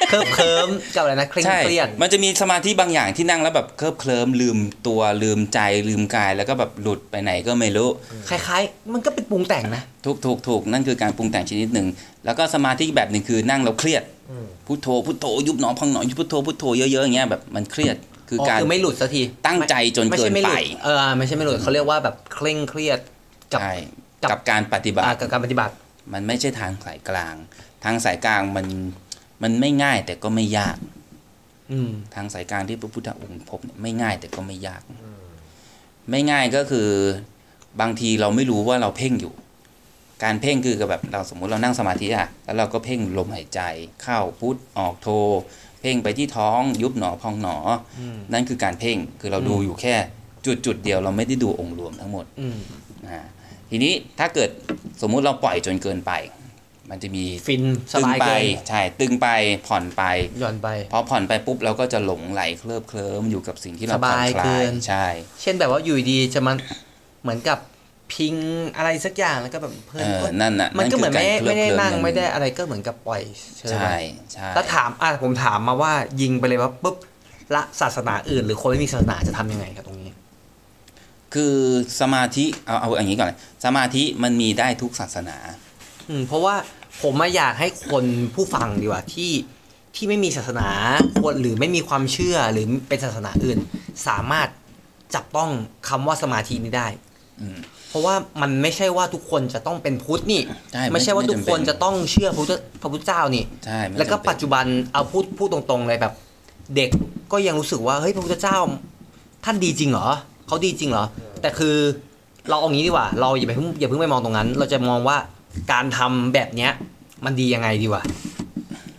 [SPEAKER 1] เคิบเคิมกับอะไรนะเคร่ง
[SPEAKER 3] ใช่
[SPEAKER 1] เครียด
[SPEAKER 3] มันจะมีสมาธิบางอย่างที่นั่งแล้วแบบเคลิบเคลิมลืมตัวลืมใจลืมกาย แล้วก็แบบหลุดไปไหนก็ไม่รู้
[SPEAKER 1] คล้ายๆ มันก็เป็นปรุงแต่งนะ
[SPEAKER 3] ถูกถูกถูกนั่นคือการปรุงแต่งชนิดหนึ่ง แล้วก็สมาธิอีกแบบหนึ่งคือนั่งแล้วเครียด
[SPEAKER 4] อืม
[SPEAKER 3] พุทโธพุทโธยุบหนอพองหนอยุบพุทโธพุทโธเยอะๆอย่างเงี้ยแบบมันเครียดคืออ
[SPEAKER 1] อ๋อ
[SPEAKER 3] การ
[SPEAKER 1] คือไม่หลุดสักที
[SPEAKER 3] ตั้งใจจน
[SPEAKER 1] ไม่
[SPEAKER 3] เกิ
[SPEAKER 1] ใช่
[SPEAKER 3] น
[SPEAKER 1] ไม่ห
[SPEAKER 3] ไป
[SPEAKER 1] ลุดเออไม่ใช่ไม่หลุดเขาเรียกว่าแบบเคร่งเครียดกับ
[SPEAKER 3] ใช่
[SPEAKER 1] กับ
[SPEAKER 3] กับการปฏิบัติ
[SPEAKER 1] อ่ากับการปฏิบัติ
[SPEAKER 3] มันไม่ใช่ทางสายกลาง ทางสายกลางมันมันไม่ง่ายแต่ก็ไม่ยาก
[SPEAKER 1] อืม
[SPEAKER 3] ทางสายกลางที่พระพุทธองค์พบเนี่ยไม่ง่ายแต่ก็ไม่ยาก ไม่ง่ายก็คือบางทีเราไม่รู้ว่าเราเพ่งอยู่ การเพ่งคือกับแบบเราสมมุติเรานั่งสมาธิอะแล้วเราก็เพ่งลมหายใจ เข้าพุทออกโท เพ่งไปที่ท้องยุบหนอพองหนออนั่นคือการเพ่งคือเราดูอยู่แค่จุดจุดๆเดียวเราไม่ได้ดูองค์รวมทั้งหมด
[SPEAKER 1] อืม
[SPEAKER 3] อ่าทีนี้ถ้าเกิดสมมุติเราปล่อยจนเกินไป มันจะมี
[SPEAKER 1] ฟินส
[SPEAKER 3] ตึง
[SPEAKER 1] บาย
[SPEAKER 3] ไป
[SPEAKER 1] เกิน
[SPEAKER 3] ใช่ตึงไปผ่อนไป
[SPEAKER 1] หย่อนไป
[SPEAKER 3] พอผ่อนไปปุ๊บเราก็จะหลงไหลเคลิบเคลิ้มอยู่กับสิ่งที่เรา
[SPEAKER 1] สบาย
[SPEAKER 3] ผ่อนคล
[SPEAKER 1] เกิน
[SPEAKER 3] ใช่
[SPEAKER 1] เช่นแบบว่าอยู่ดีๆจะมันเหมือนกับพิงอะไรสักอย่างแล้วก็แบบเพลิ
[SPEAKER 3] เอน อนั่นน่ะ
[SPEAKER 1] มันก็เหมือนไม่ได้
[SPEAKER 3] คื
[SPEAKER 1] ไม่
[SPEAKER 3] กา
[SPEAKER 1] ได้
[SPEAKER 3] รเคลิบเคลิ้
[SPEAKER 1] นั่งไม่ได้อะไรก็เหมือนกับปล่อยเชิญ
[SPEAKER 3] ใช่ใช่
[SPEAKER 1] แล้วถามอ่ะผมถามมาว่ายิงไปเลยว่าปุ๊บละศาสนาอื่น หรือคนไม่มีศาสนาจะทำยังไงกับตรงนี้
[SPEAKER 3] คือสมาธิเอาเอาอย่างนี้ก่อนสมาธิมันมีได้ทุกศาสนา
[SPEAKER 1] อืมเพราะว่าผมมาอยากให้คนผู้ฟังดีกว่าที่ที่ไม่มีศาสนาคนหรือไม่มีความเชื่อหรือเป็นศาสนาอื่น สามารถจับต้องคำว่าสมาธินี้ได้
[SPEAKER 3] อืม
[SPEAKER 1] เพราะว่ามันไม่ใช่ว่าทุกคนจะต้องเป็นพุทธนี่
[SPEAKER 3] ใช่ไม่
[SPEAKER 1] ไม่ใช่ว่า
[SPEAKER 3] ไม่
[SPEAKER 1] ทุกคน
[SPEAKER 3] จำเป็น
[SPEAKER 1] จะต้องเชื่อพระพุทธพระพุทธเจ้านี่
[SPEAKER 3] ใช่ไม่
[SPEAKER 1] แล้วก็
[SPEAKER 3] จำเน
[SPEAKER 1] ปัจจุบันเอาพูดพูดตรงๆเลยแบบ เด็กก็ยังรู้สึกว่าเฮ้ยพระพุทธเจ้า ท่านดีจริงเหรอเขาดีจริงเหรอ แต่คือเราเอางี้ดีกว่า เราอย่าไปเพิ่งอย่าเพิ่งไปมองตรงนั้น เราจะมองว่าการทำแบบเนี้ย มันดียังไงดีกว่า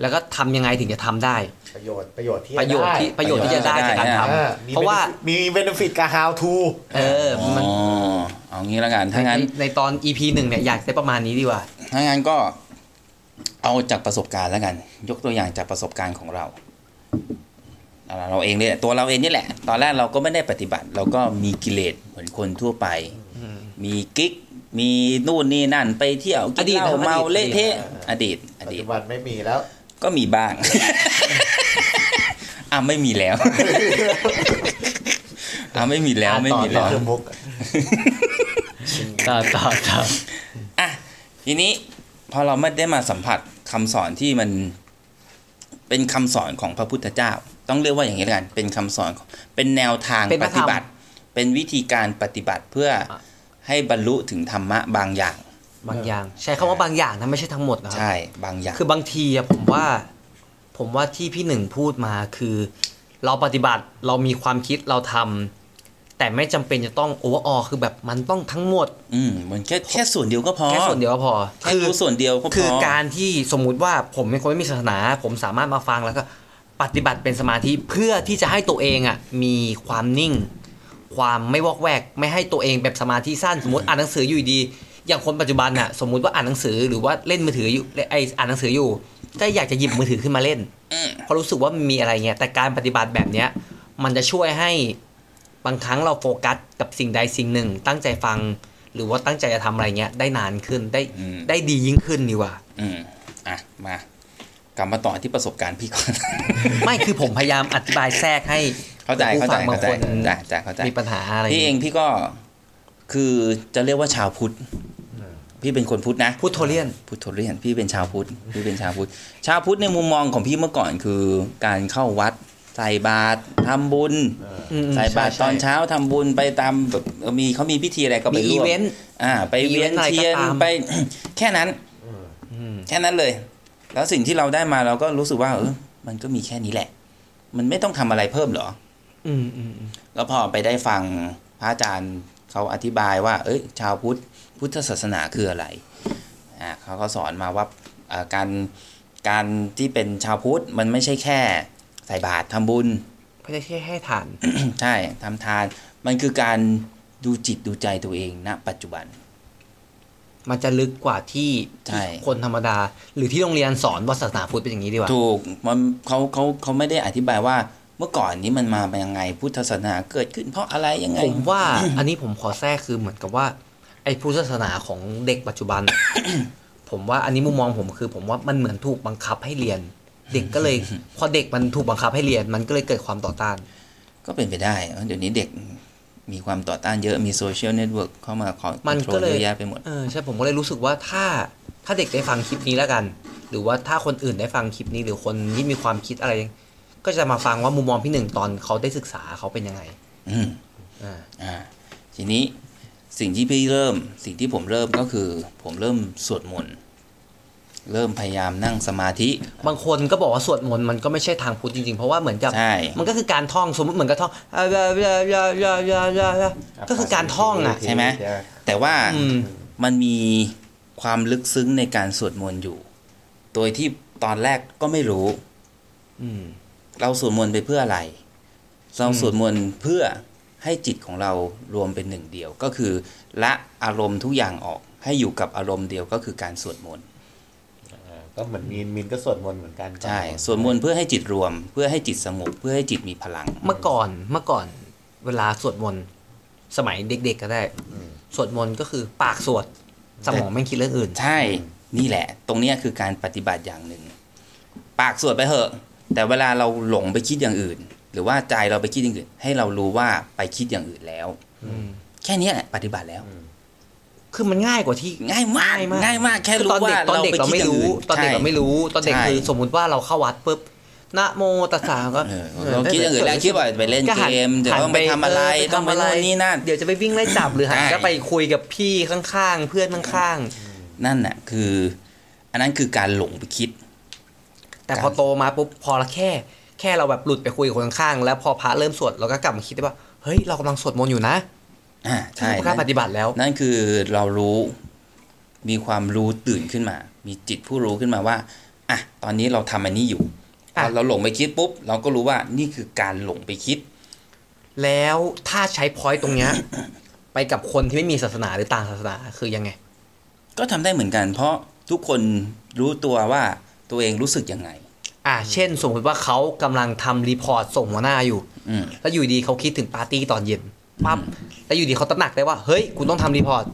[SPEAKER 1] แล้วก็ทำยังไงถึงจะทำได้
[SPEAKER 4] ประโยชน์ประโยชน์ที่
[SPEAKER 1] ประโยชน์ที่ประโยชน์ที่จะได้จากการทำ
[SPEAKER 4] อ่
[SPEAKER 1] เพราะว่า
[SPEAKER 4] มีเบนฟิตกับ how to
[SPEAKER 1] เออ
[SPEAKER 3] อ๋อ
[SPEAKER 1] มัน
[SPEAKER 3] เอางี้แล้วกันถ้า
[SPEAKER 1] ใน
[SPEAKER 3] งั้น
[SPEAKER 1] ในตอน EP หนึ่งเนี่ยอยากได้ประมาณนี้ดีกว่า
[SPEAKER 3] ถ้างั้นก็เอาจากประสบการณ์แล้วกัน ยกตัวอย่างจากประสบการณ์ของเราเอาเราเองเลยตัวเราเองนี่แหละ ตอนแรกเราก็ไม่ได้ปฏิบัติ เราก็มีกิเลสเหมือนคนทั่วไป มีกิ๊ก มีนู่นนี่นั่นไปเที่ยวกิ
[SPEAKER 1] อน ดีต
[SPEAKER 3] เหล้า
[SPEAKER 1] นะครับ
[SPEAKER 3] เมา
[SPEAKER 1] อดีต
[SPEAKER 3] เละเทะอดีต อ
[SPEAKER 4] ปัจ
[SPEAKER 3] ดีต
[SPEAKER 4] จุบันไม่มีแล้ว
[SPEAKER 3] ก็มีบ้าง อ่ะไม่มีแล้ว อ่ะไม่มีแล้วไม่มี
[SPEAKER 4] ต่
[SPEAKER 3] แล้
[SPEAKER 4] อ
[SPEAKER 3] ว
[SPEAKER 4] เรื่องมุก
[SPEAKER 1] ต่อต่อต่อ
[SPEAKER 3] อ่ะทีนี้พอเราไม่ได้มาสัมผัสคำสอนที่มันเป็นคำสอนของพระพุทธเจ้า ต้องเรียกว่าอย่างนี้ละกัน เป็นคำสอนของเป็นแนวทางปฏิบัติ เป็นวิธีการปฏิบัติเพื่อให้บรรลุถึงธรรมะบางอย่าง
[SPEAKER 1] บางอย่าง ใช้คำว่าบางอย่างนะไม่ใช่ทั้งหมดนะครับ
[SPEAKER 3] ใช่บางอย่าง
[SPEAKER 1] คือบางทีอะผมว่าผมว่าที่พี่หนึ่งพูดมาคือ เราปฏิบัติเรามีความคิดเราทำแต่ไม่จำเป็นจะต้องโอเวอร์ออคือแบบมันต้องทั้งหมด
[SPEAKER 3] อืมมันแค่แค่ส่วนเดียวก็พอ
[SPEAKER 1] แค่ส่วนเดียวก็พอ
[SPEAKER 3] แค่รู้ส่วนเดียวก็พอ
[SPEAKER 1] คือการที่สมมุติว่าผมเป็นคนไม่มีศาสนา ผมสามารถมาฟังแล้วก็ปฏิบัติเป็นสมาธิเพื่อที่จะให้ตัวเองอะมีความนิ่ง ความไม่วอกแวก ไม่ให้ตัวเองแบบสมาธิสั้น สมมติอ่านหนังสืออยู่ดีๆอย่างคนปัจจุบันอะสมมุติว่าอ่านหนังสือหรือว่าเล่นมือถืออยู่ไออ่านหนังสืออยู่ก็อยากจะหยิบมือถือขึ้นมาเล่น
[SPEAKER 3] อืม
[SPEAKER 1] เพราะรู้สึกว่ามีอะไรเงี้ยแต่การปฏิบัติแบบเนี้ยมันจะช่วยให้ บางครั้งเราโฟกัสกับสิ่งใดสิ่งหนึ่ง ตั้งใจฟัง หรือว่าตั้งใจจะทำอะไรเงี้ย ได้นานขึ้นได้
[SPEAKER 3] อืม
[SPEAKER 1] ได้ดียิ่งขึ้นดีกว่า
[SPEAKER 3] อืมอ่ะมากลับมาต่อที่ประสบการณ์พี่ก่อน
[SPEAKER 1] ไม่คือผมพยายามอธิบายแทรกให้
[SPEAKER 3] เข้าใจ
[SPEAKER 1] ผู้
[SPEAKER 3] เข้าใจ
[SPEAKER 1] ฟังบาง
[SPEAKER 3] เข้าใจ
[SPEAKER 1] คน
[SPEAKER 3] เข้าใจเข้าใจเข้าใจ
[SPEAKER 1] มีปัญหาอะไร
[SPEAKER 3] พี่เองพี่ก็คือจะเรียกว่าชาวพุทธพี่เป็นคนพุทธนะ
[SPEAKER 1] พูดโทเรียน
[SPEAKER 3] พุทธเรียนพี่เป็นชาวพุทธพี่เป็นชาวพุทธชาวพุทธในมุมมองของพี่เมื่อก่อนคือการเข้าวัดใส่บาตรทำบุญ
[SPEAKER 1] อืม
[SPEAKER 3] ใส่บาตร
[SPEAKER 1] ใช่ใช่
[SPEAKER 3] ตอนเช้าทำบุญไปตามแบบเออมีเขามีพิธีอะไรก็ไป
[SPEAKER 1] มี
[SPEAKER 3] ร่วม
[SPEAKER 1] event
[SPEAKER 3] อ่า ไป
[SPEAKER 1] มี
[SPEAKER 3] เวียน
[SPEAKER 1] event อะไรก็
[SPEAKER 3] เทียน
[SPEAKER 1] ตาม
[SPEAKER 3] ไป แค่นั้น แค่นั้นเลย แล้วสิ่งที่เราได้มาเราก็รู้สึกว่าเออมันก็มีแค่นี้แหละ มันไม่ต้องทำอะไรเพิ่มเหรอ
[SPEAKER 1] อืมอืมอืม
[SPEAKER 3] แล้วพอไปได้ฟังพระอาจารย์เขาอธิบายว่า เอ้ย ชาวพุทธพุทธศาสนาคืออะไรอ่าเขาก็สอนมาว่าอ่าการการที่เป็นชาวพุทธมันไม่ใช่แค่ใส่บาตรทำบุญ
[SPEAKER 1] ไม่ใช่แค่ให้ทาน
[SPEAKER 3] ใช่ทำทาน มันคือการดูจิตดูใจตัวเองณปัจจุบัน
[SPEAKER 1] มันจะลึกกว่าที่
[SPEAKER 3] ใช่
[SPEAKER 1] ที่คนธรรมดา หรือที่โรงเรียนสอนว่าศาสนาพุทธเป็นอย่างนี้ดีกว่า
[SPEAKER 3] ถูกมันเขาเขาเขาไม่ได้อธิบายว่าเมื่อก่อนนี้มันมาเป็นยังไงพุทธศาสนาเกิดขึ้นเพราะอะไรยังไง
[SPEAKER 1] ผมว่า อันนี้ผมขอแทรกคือเหมือนกับว่า ไอ้พุทธศาสนาของเด็กปัจจุบัน ผมว่าอันนี้มุมมองผมคือ ผมว่ามันเหมือนถูกบังคับให้เรียน เด็กก็ เลย พอเด็กมันถูกบังคับให้เรียน มันก็เลยเกิดความต่อต้าน
[SPEAKER 3] ก็เป็นไปได้ เดี๋ยวนี้เด็กมีความต่อต้านเยอะ มีโซเชียลเน็ตเวิร์กเข้ามาคอย
[SPEAKER 1] มันก็เลย
[SPEAKER 3] เยอะแยะไปหมด
[SPEAKER 1] เออใช่ผมก็เลยรู้สึกว่าถ้าถ้าเด็กได้ฟังคลิปนี้แล้วกัน หรือว่าถ้าคนอื่นได้ฟังคลิปนี้ หรือคนที่มีความคิดอะไร ก็จะมาฟังว่ามุมมองพี่หนึ่งตอนเขาได้ศึกษาเขาเป็นยังไง
[SPEAKER 3] อืม
[SPEAKER 1] อ่า
[SPEAKER 3] อ่า ทีนี้สิ่งที่พี่เริ่ม สิ่งที่ผมเริ่มก็คือ ผมเริ่มสวดมนต์ เริ่มพยายามนั่งสมาธิ
[SPEAKER 1] บางคนก็บอกว่าสวดมนต์มันก็ไม่ใช่ทางพุทธจริงๆ เพราะว่าเหมือนกับ
[SPEAKER 3] ใช่
[SPEAKER 1] มันก็คือการท่องสมมติเหมือนกับท่องอ่ะยายายายายายายาก็คือการท่องอ่ะ
[SPEAKER 3] ใช่ไหม แต่ว่า
[SPEAKER 1] อืม
[SPEAKER 3] มันมีความลึกซึ้งในการสวดมนต์อยู่ โดยที่ตอนแรกก็ไม่รู้
[SPEAKER 1] อืม
[SPEAKER 3] เราสวดมนต์ไปเพื่ออะไร เราสวดมนต์เพื่อให้จิตของเรารวมเป็นหนึ่งเดียว ก็คือละอารมณ์ทุกอย่างออก ให้อยู่กับอารมณ์เดียวก็คือการสวดมนต์
[SPEAKER 4] เออก็เหมือนมีนมีนก็สวดมนต์เหมือนกัน
[SPEAKER 3] ใช่ สวดมนต์เพื่อให้จิตรวม เพื่อให้จิตสงบ เพื่อให้จิตมีพลัง
[SPEAKER 1] เมื่อก่อนเมื่อก่อนเวลาสวดมนต์สมัยเด็กๆก็ได้ สวดมนต์ก็คือปากสวดสมองไม่คิดเรื่องอื่น
[SPEAKER 3] ใช่ นี่แหละ ตรงเนี้ยคือการปฏิบัติอย่างหนึ่ง ปากสวดไปเหอะ แต่เวลาเราหลงไปคิดอย่างอื่น หรือว่าใจเราไปคิดอย่างอื่น ให้เรารู้ว่าไปคิดอย่างอื่นแล้ว แค่เนี้ยแหละปฏิบัติแล้ว
[SPEAKER 1] คือมันง่ายกว่าที่
[SPEAKER 3] ง่ายมาก ง่ายมาก แค่
[SPEAKER 1] คือ
[SPEAKER 3] รู้
[SPEAKER 1] ตอนเด็กตอนเด็ก
[SPEAKER 3] ว่าป
[SPEAKER 1] เรา
[SPEAKER 3] คิ
[SPEAKER 1] ไม่
[SPEAKER 3] ย่ง
[SPEAKER 1] รู้
[SPEAKER 3] อื่
[SPEAKER 1] ตอนเด็กเราไม่รู้ ตอนเด็กคือสมมติว่าเราเข้าวัดปุ๊บนะโมตัสสะก็
[SPEAKER 3] เออเราคิดอย่างอื่นแล้วคิดว่าไปเล่น
[SPEAKER 1] ก็หัน
[SPEAKER 3] เกมเดี๋ยว
[SPEAKER 1] หัน
[SPEAKER 3] ต้องไปทำอะไร
[SPEAKER 1] เ
[SPEAKER 3] ต้องไป
[SPEAKER 1] ทำะร
[SPEAKER 3] นู่นนี่นั่น
[SPEAKER 1] เดี๋ยวจะไปวิ่งไล่จับหรือหัน
[SPEAKER 3] ใช่
[SPEAKER 1] ก็ไปคุยกับพี่ข้างๆ เพื่อนข้าง
[SPEAKER 3] นั่นน่ะคือ อันนั้นคือการหลงไปคิด
[SPEAKER 1] ๆ แต่พอโตมาปุ๊บพอละแค่ แค่เราแบบหลุดไปคุยกับคนข้างๆแล้วพอพระเริ่มสวดเราก็กลับมาคิดได้ว่าเฮ้ยเรากำลังสวดมนต์อยู่นะ
[SPEAKER 3] อ่า
[SPEAKER 1] ใช่
[SPEAKER 3] ใช่
[SPEAKER 1] กล้าปฏิบัติแล้ว
[SPEAKER 3] นั่นคือเรารู้มีความรู้ตื่นขึ้นมา มีจิตผู้รู้ขึ้นมาว่าอ่ะตอนนี้เราทำอันนี้อยู่พ
[SPEAKER 1] อ่ะ
[SPEAKER 3] อเราหลงไปคิดปุ๊บ เราก็รู้ว่านี่คือการหลงไปคิด
[SPEAKER 1] แล้วถ้าใช้พอยต์ตรงเนี้ย ไปกับคนที่ไม่มีศาสนาหรือต่างศาสนาคือยังไง
[SPEAKER 3] ก็ทำได้เหมือนกัน เพราะทุกคนรู้ตัวว่าตัวเองรู้สึกยังไง
[SPEAKER 1] อ่าเช่น สมมติว่าเขากำลังทำรีพอร์ตส่งหัวหน้าอยู่
[SPEAKER 3] อืม
[SPEAKER 1] แล้วอยู่ดีเขาคิดถึงปาร์ตี้ตอนเย็นปั๊บแล้วอยู่ดีเขาตระหนักได้ว่าเฮ้ยกูต้องทำรีพอร์ต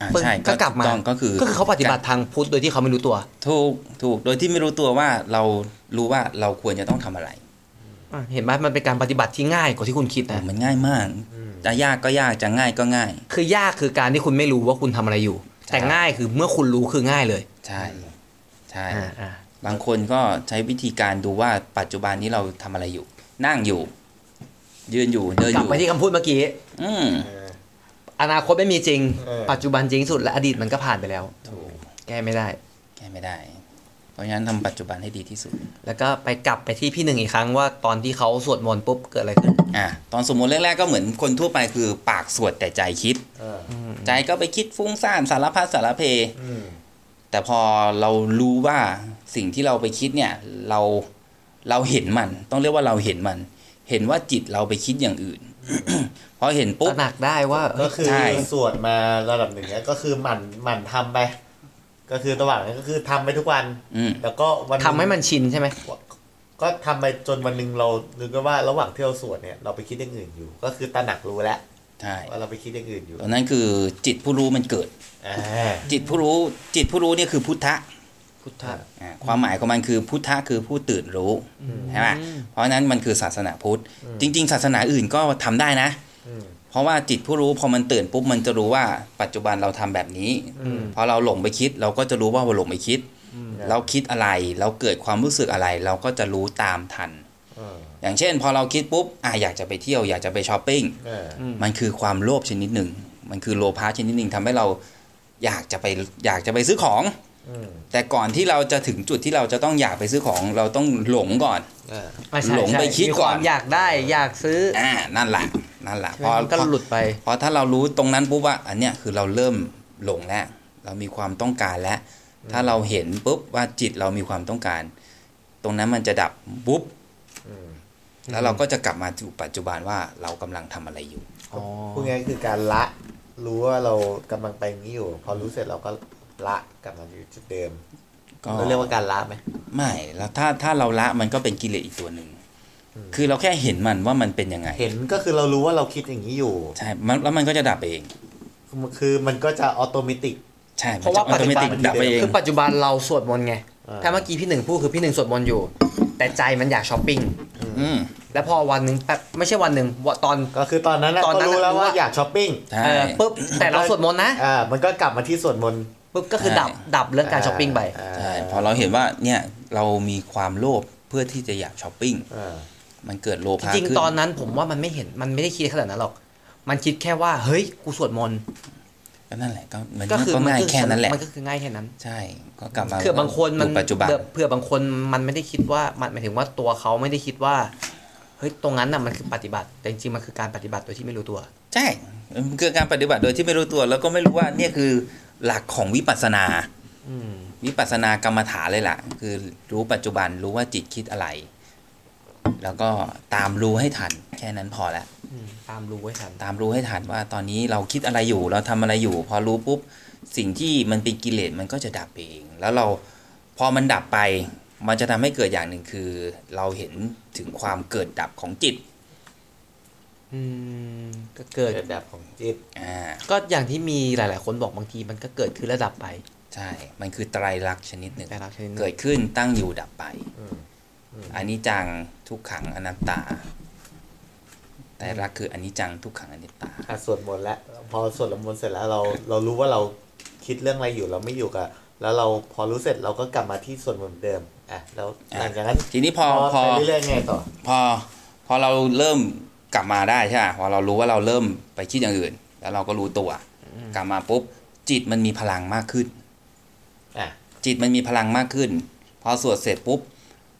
[SPEAKER 3] อ่า
[SPEAKER 1] ปึ้ง
[SPEAKER 3] ใช่
[SPEAKER 1] ก็กลับมา
[SPEAKER 3] ถูต้องก็คือ
[SPEAKER 1] ก็คือเขาปฏิบัติทางพุทธโดยที่เขาไม่รู้ตัว
[SPEAKER 3] ถูกถูกโดยที่ไม่รู้ตัวว่าเรารู้ว่าเราควรจะต้องทำอะไร
[SPEAKER 1] เห็นไหมมันเป็นการปฏิบัติที่ง่ายกว่าที่คุณคิด
[SPEAKER 3] โอ้
[SPEAKER 1] นะ
[SPEAKER 3] มันง่ายมาก จะยากก็ยากจะง่ายก็ง่าย
[SPEAKER 1] คือยากคือการที่คุณไม่รู้ว่าคุณทำอะไรอยู่ แต่ง่ายคือเมื่อคุณรู้คือง่ายเลย
[SPEAKER 3] ใช่ใช่
[SPEAKER 1] อ่าอ่า
[SPEAKER 3] บางคนก็ใช้วิธีการดูว่าปัจจุบันนี้เราทำอะไรอยู่ นั่งอยู่ ยืนอยู่เดิน
[SPEAKER 1] ก
[SPEAKER 3] อ
[SPEAKER 1] ลับ
[SPEAKER 3] ยู่
[SPEAKER 1] ไปที่คำพูดเมื่อกี้
[SPEAKER 3] อืม
[SPEAKER 1] อนาคตไม่มีจริง
[SPEAKER 4] เออ
[SPEAKER 1] ปัจจุบันจริงสุดและอดีตมันก็ผ่านไปแล้ว
[SPEAKER 3] ถูก
[SPEAKER 1] แก้ไม่ได้
[SPEAKER 3] แก้ไม่ได้ เพราะฉะนั้นทำปัจจุบันให้ดีที่สุด
[SPEAKER 1] แล้วก็ไปกลับไปที่พี่หนึ่งอีกครั้งว่าตอนที่เขาสวดมนต์ปุ๊บเกิดอะไรขึ้น
[SPEAKER 3] อ่ะตอนสวดมนต์แรกๆก็เหมือนคนทั่วไปคือปากสวดแต่ใจคิด
[SPEAKER 4] เออ
[SPEAKER 3] ใจก็ไปคิดฟุ้งซ่านสารพัดสารเพ
[SPEAKER 4] อืม
[SPEAKER 3] แต่พอเรารู้ว่าสิ่งที่เราไปคิดเนี่ยเราเราเห็นมัน ต้องเรียกว่าเราเห็นมัน เห็นว่าจิตเราไปคิดอย่างอื่น พอเห็นปุ๊
[SPEAKER 1] ต
[SPEAKER 3] บ
[SPEAKER 1] ระหนักได้ว่าเอ้
[SPEAKER 4] ก็
[SPEAKER 1] ย
[SPEAKER 4] คือ
[SPEAKER 3] ใช่
[SPEAKER 4] สวดมาระดับหนึ่งเนี่ยก็คือหมั่นหมั่นทำไป ก็คือระหว่างนั้นก็คือทำไปทุกวัน
[SPEAKER 3] อืม
[SPEAKER 4] แล้วก็วันง
[SPEAKER 1] ทำให้มันชินใช่ไหม
[SPEAKER 4] ก็ทำไปจนวันหนึ่งเรานึกว่าระหว่างที่เราสวดเนี่ยเราไปคิดอย่างอื่นอยู่ ก็คือตระหนักรู้แล้ว
[SPEAKER 3] ใช่
[SPEAKER 4] ว่าเราไปคิดอย่างอื่นอยู่
[SPEAKER 3] ตอนนั้นคือจิตผู้รู้มันเกิด
[SPEAKER 4] อ่า
[SPEAKER 3] จิตผู้รู้ จิตผู้รู้เนี่ยคือพุทธะ
[SPEAKER 1] พุทธะ
[SPEAKER 3] อ่าความหมายของมันคือพุทธะคือผู้ตื่นรู้ใช่ไหม
[SPEAKER 1] อืม
[SPEAKER 3] เพราะฉะนั้นมันคือศาสนาพุทธ
[SPEAKER 4] อืม
[SPEAKER 3] จริง ๆ ศาสนาอื่นก็ทำได้นะ
[SPEAKER 4] อืม
[SPEAKER 3] เพราะว่าจิตผู้รู้พอมันตื่นปุ๊บมันจะรู้ว่าปัจจุบันเราทำแบบนี้
[SPEAKER 4] อืม
[SPEAKER 3] พอเราหลงไปคิดเราก็จะรู้ว่าเราหลงไปคิด เราคิดอะไร เราเกิดความรู้สึกอะไร เราก็จะรู้ตามทัน
[SPEAKER 4] เออ
[SPEAKER 3] อย่างเช่น พอเราคิดปุ๊บอ่ะอยากจะไปเที่ยวอยากจะไปช้อปปิ้ง
[SPEAKER 4] เออ
[SPEAKER 3] มันคือความโลภชนิดหนึ่ง มันคือโลภะชนิดหนึ่งทำให้เราอยากจะไปอยากจะไปซื้อของ
[SPEAKER 4] อืม
[SPEAKER 3] แต่ก่อนที่เราจะถึงจุดที่เราจะต้องอยากไปซื้อของ เราต้องหลงก่อน
[SPEAKER 4] เออ
[SPEAKER 1] อ่ะใช่
[SPEAKER 3] หลงไป
[SPEAKER 1] ใช่
[SPEAKER 3] คิด
[SPEAKER 1] มี
[SPEAKER 3] ก่อน
[SPEAKER 1] วามอยากได้อยากซื้อ
[SPEAKER 3] อ่านั่นแหละนั่นแหละพอ
[SPEAKER 1] มันก็หลุดไป
[SPEAKER 3] พอถ้าเรารู้ตรงนั้นปุ๊บว่าอันเนี้ยคือเราเริ่มหลงแล้ว เรามีความต้องการแล้ว ถ้าเราเห็นปุ๊บว่าจิตเรามีความต้องการ ตรงนั้นมันจะดับปุ๊บ
[SPEAKER 4] อืม
[SPEAKER 3] แล้วเราก็จะกลับมาสู่ปัจจุบันว่าเรากำลังทำอะไรอยู่
[SPEAKER 4] พูดง่ายๆคือการละ รู้ว่าเรากำลังไปอย่างนี้อยู่ พอรู้เสร็จเราก็ละกลับมาอยู่จุดเดิม
[SPEAKER 3] ก็
[SPEAKER 4] เราเรียกว่าการละไหม
[SPEAKER 3] ไม่แล้วถ้าถ้าเราละมันก็เป็นกิเลสอีกตัวหนึ่งคือเราแค่เห็นมันว่ามันเป็นยังไง
[SPEAKER 4] เห็นก็คือเรารู้ว่าเราคิดอย่างนี้อยู่
[SPEAKER 3] ใช่มันแล้วมันก็จะดับเอง
[SPEAKER 4] คือมันก็จะออโตเมติก
[SPEAKER 3] ใช่มัน
[SPEAKER 1] เพราะว่า
[SPEAKER 3] จอัตโนมั
[SPEAKER 1] ปัจจุบั
[SPEAKER 3] ติ
[SPEAKER 1] น
[SPEAKER 3] ดับเอง
[SPEAKER 1] คือปัจจุบันเราสวดมนต์ไง
[SPEAKER 4] อ่า
[SPEAKER 1] ถ้าเมื่อกี้พี่หนึ่งพูดคือพี่หนึ่งสวดมนต์อยู่ แต่ใจมันอยากช้อปปิ้ง
[SPEAKER 3] อืม
[SPEAKER 1] แล้วพอวันหนึ่งแป๊บไม่ใช่วันหนึ่งวะตอน
[SPEAKER 4] ก็คือตอนนั้นนะ
[SPEAKER 1] ตอน
[SPEAKER 4] ก็
[SPEAKER 1] นั้น
[SPEAKER 4] รู้แล้ว
[SPEAKER 1] รู้
[SPEAKER 4] ว่า
[SPEAKER 1] ว่า
[SPEAKER 4] อยากช้อปปิ้ง
[SPEAKER 3] ใช่
[SPEAKER 1] เออปุ๊บแต่เราสวดมนต์นะ
[SPEAKER 4] อ่ามันก็กลับมาที่สวดมนต์
[SPEAKER 1] ปุ๊บก็คือ
[SPEAKER 3] ใช่
[SPEAKER 1] ดับดับเรื่องการช้อปปิ้งไป
[SPEAKER 4] อ่า
[SPEAKER 3] ใช่พอเราเห็นว่าเนี่ยเรามีความโลภเพื่อที่จะอยากช้อปปิ้ง
[SPEAKER 4] อ่า
[SPEAKER 3] มันเกิดโล
[SPEAKER 1] จ
[SPEAKER 3] ภะ
[SPEAKER 1] ริง
[SPEAKER 3] ขึ้น
[SPEAKER 1] ๆ ตอนนั้นผมว่ามันไม่เห็นมันไม่ได้คิดขนาดนั้นหรอก มันคิดแค่ว่าเฮ้ยกูสวดมนต์
[SPEAKER 3] ก็นั่นแหละก็มัน
[SPEAKER 1] ก็
[SPEAKER 3] ก็
[SPEAKER 1] คือมั
[SPEAKER 3] ง่าย
[SPEAKER 1] ก็อ
[SPEAKER 3] แค่นั้นแหละ
[SPEAKER 1] มันก็คือง่ายแค่นั้น
[SPEAKER 3] ใช่ก็กลับมา
[SPEAKER 1] เผื่อบางคนมัน
[SPEAKER 3] ดูปัจจุบัน
[SPEAKER 1] เผื่อเผื่อบางคนมันไม่ได้คิดว่ามันหมายถึงว่าตัวเขาไม่ได้คิดว่าเฮ้ยตรงนั้นน่ะมันคือปฏิบัติ แต่จริงๆมันคือการปฏิบัติโดยที่ไม่รู้ตัว
[SPEAKER 3] ใช่มันคือการปฏิบัติโดยที่ไม่รู้ตัว แล้วก็ไม่รู้ว่าเนี่ยคือหลักของวิปัสสนาวิปัสสนากรรมฐานเลยล่ะ คือรู้ปัจจุบันรู้ว่าจิตคิดอะไร แล้วก็ตามรู้ให้ทัน แค่นั้นพอละ
[SPEAKER 1] ตามรู้ไว้ทัน
[SPEAKER 3] ตามรู้ให้ทันว่าตอนนี้เราคิดอะไรอยู่ เราทำอะไรอยู่ พอรู้ปุ๊บสิ่งที่มันเป็นกิเลสมันก็จะดับเอง แล้วเราพอมันดับไป มันจะทำให้เกิดอย่างหนึ่งคือ เราเห็นถึงความเกิดดับของจิต
[SPEAKER 1] อืมก็เกิด
[SPEAKER 4] เกิดดับของจิต
[SPEAKER 3] อ่า
[SPEAKER 1] ก็อย่างที่มีหลาย ๆ คนบอกบางทีมันก็เกิดขึ้นระดับไป
[SPEAKER 3] ใช่ มันคือไตรลักษณ์ชนิดหนึ่ง
[SPEAKER 1] ไตรลักษณ์ชนิดหนึ่ง
[SPEAKER 3] เกิดขึ้นตั้งอยู่ดับไป
[SPEAKER 4] อืม
[SPEAKER 3] อันนี้จังทุกขังอนัตตา ไตรลักษณ์คืออันนี้จังทุกขังอนัตตา
[SPEAKER 4] อ่ะสวดมนต์แล้วพอสวดมนต์เสร็จแล้วเราเรารู้ว่าเราคิดเรื่องอะไรอยู่เราไม่อยู่กับแล้วเราพอรู้เสร็จเราก็กลับมาที่สวดมนต์เหมือนเดิมอ่ะแล้วหลังจากนั้น
[SPEAKER 3] ทีนี้พอพ
[SPEAKER 4] พอ
[SPEAKER 3] อ
[SPEAKER 4] ไปเรื่อยๆไงต่อ
[SPEAKER 3] พอ พอเราเริ่มกลับมาได้ใช่ไหมพอเรารู้ว่าเราเริ่มไปคิดอย่างอื่น แล้วเราก็รู้ตัว กลับมาปุ๊บ จิตมันมีพลังมากขึ้น
[SPEAKER 4] อ่ะ
[SPEAKER 3] จิตมันมีพลังมากขึ้น พอสวดเสร็จปุ๊บ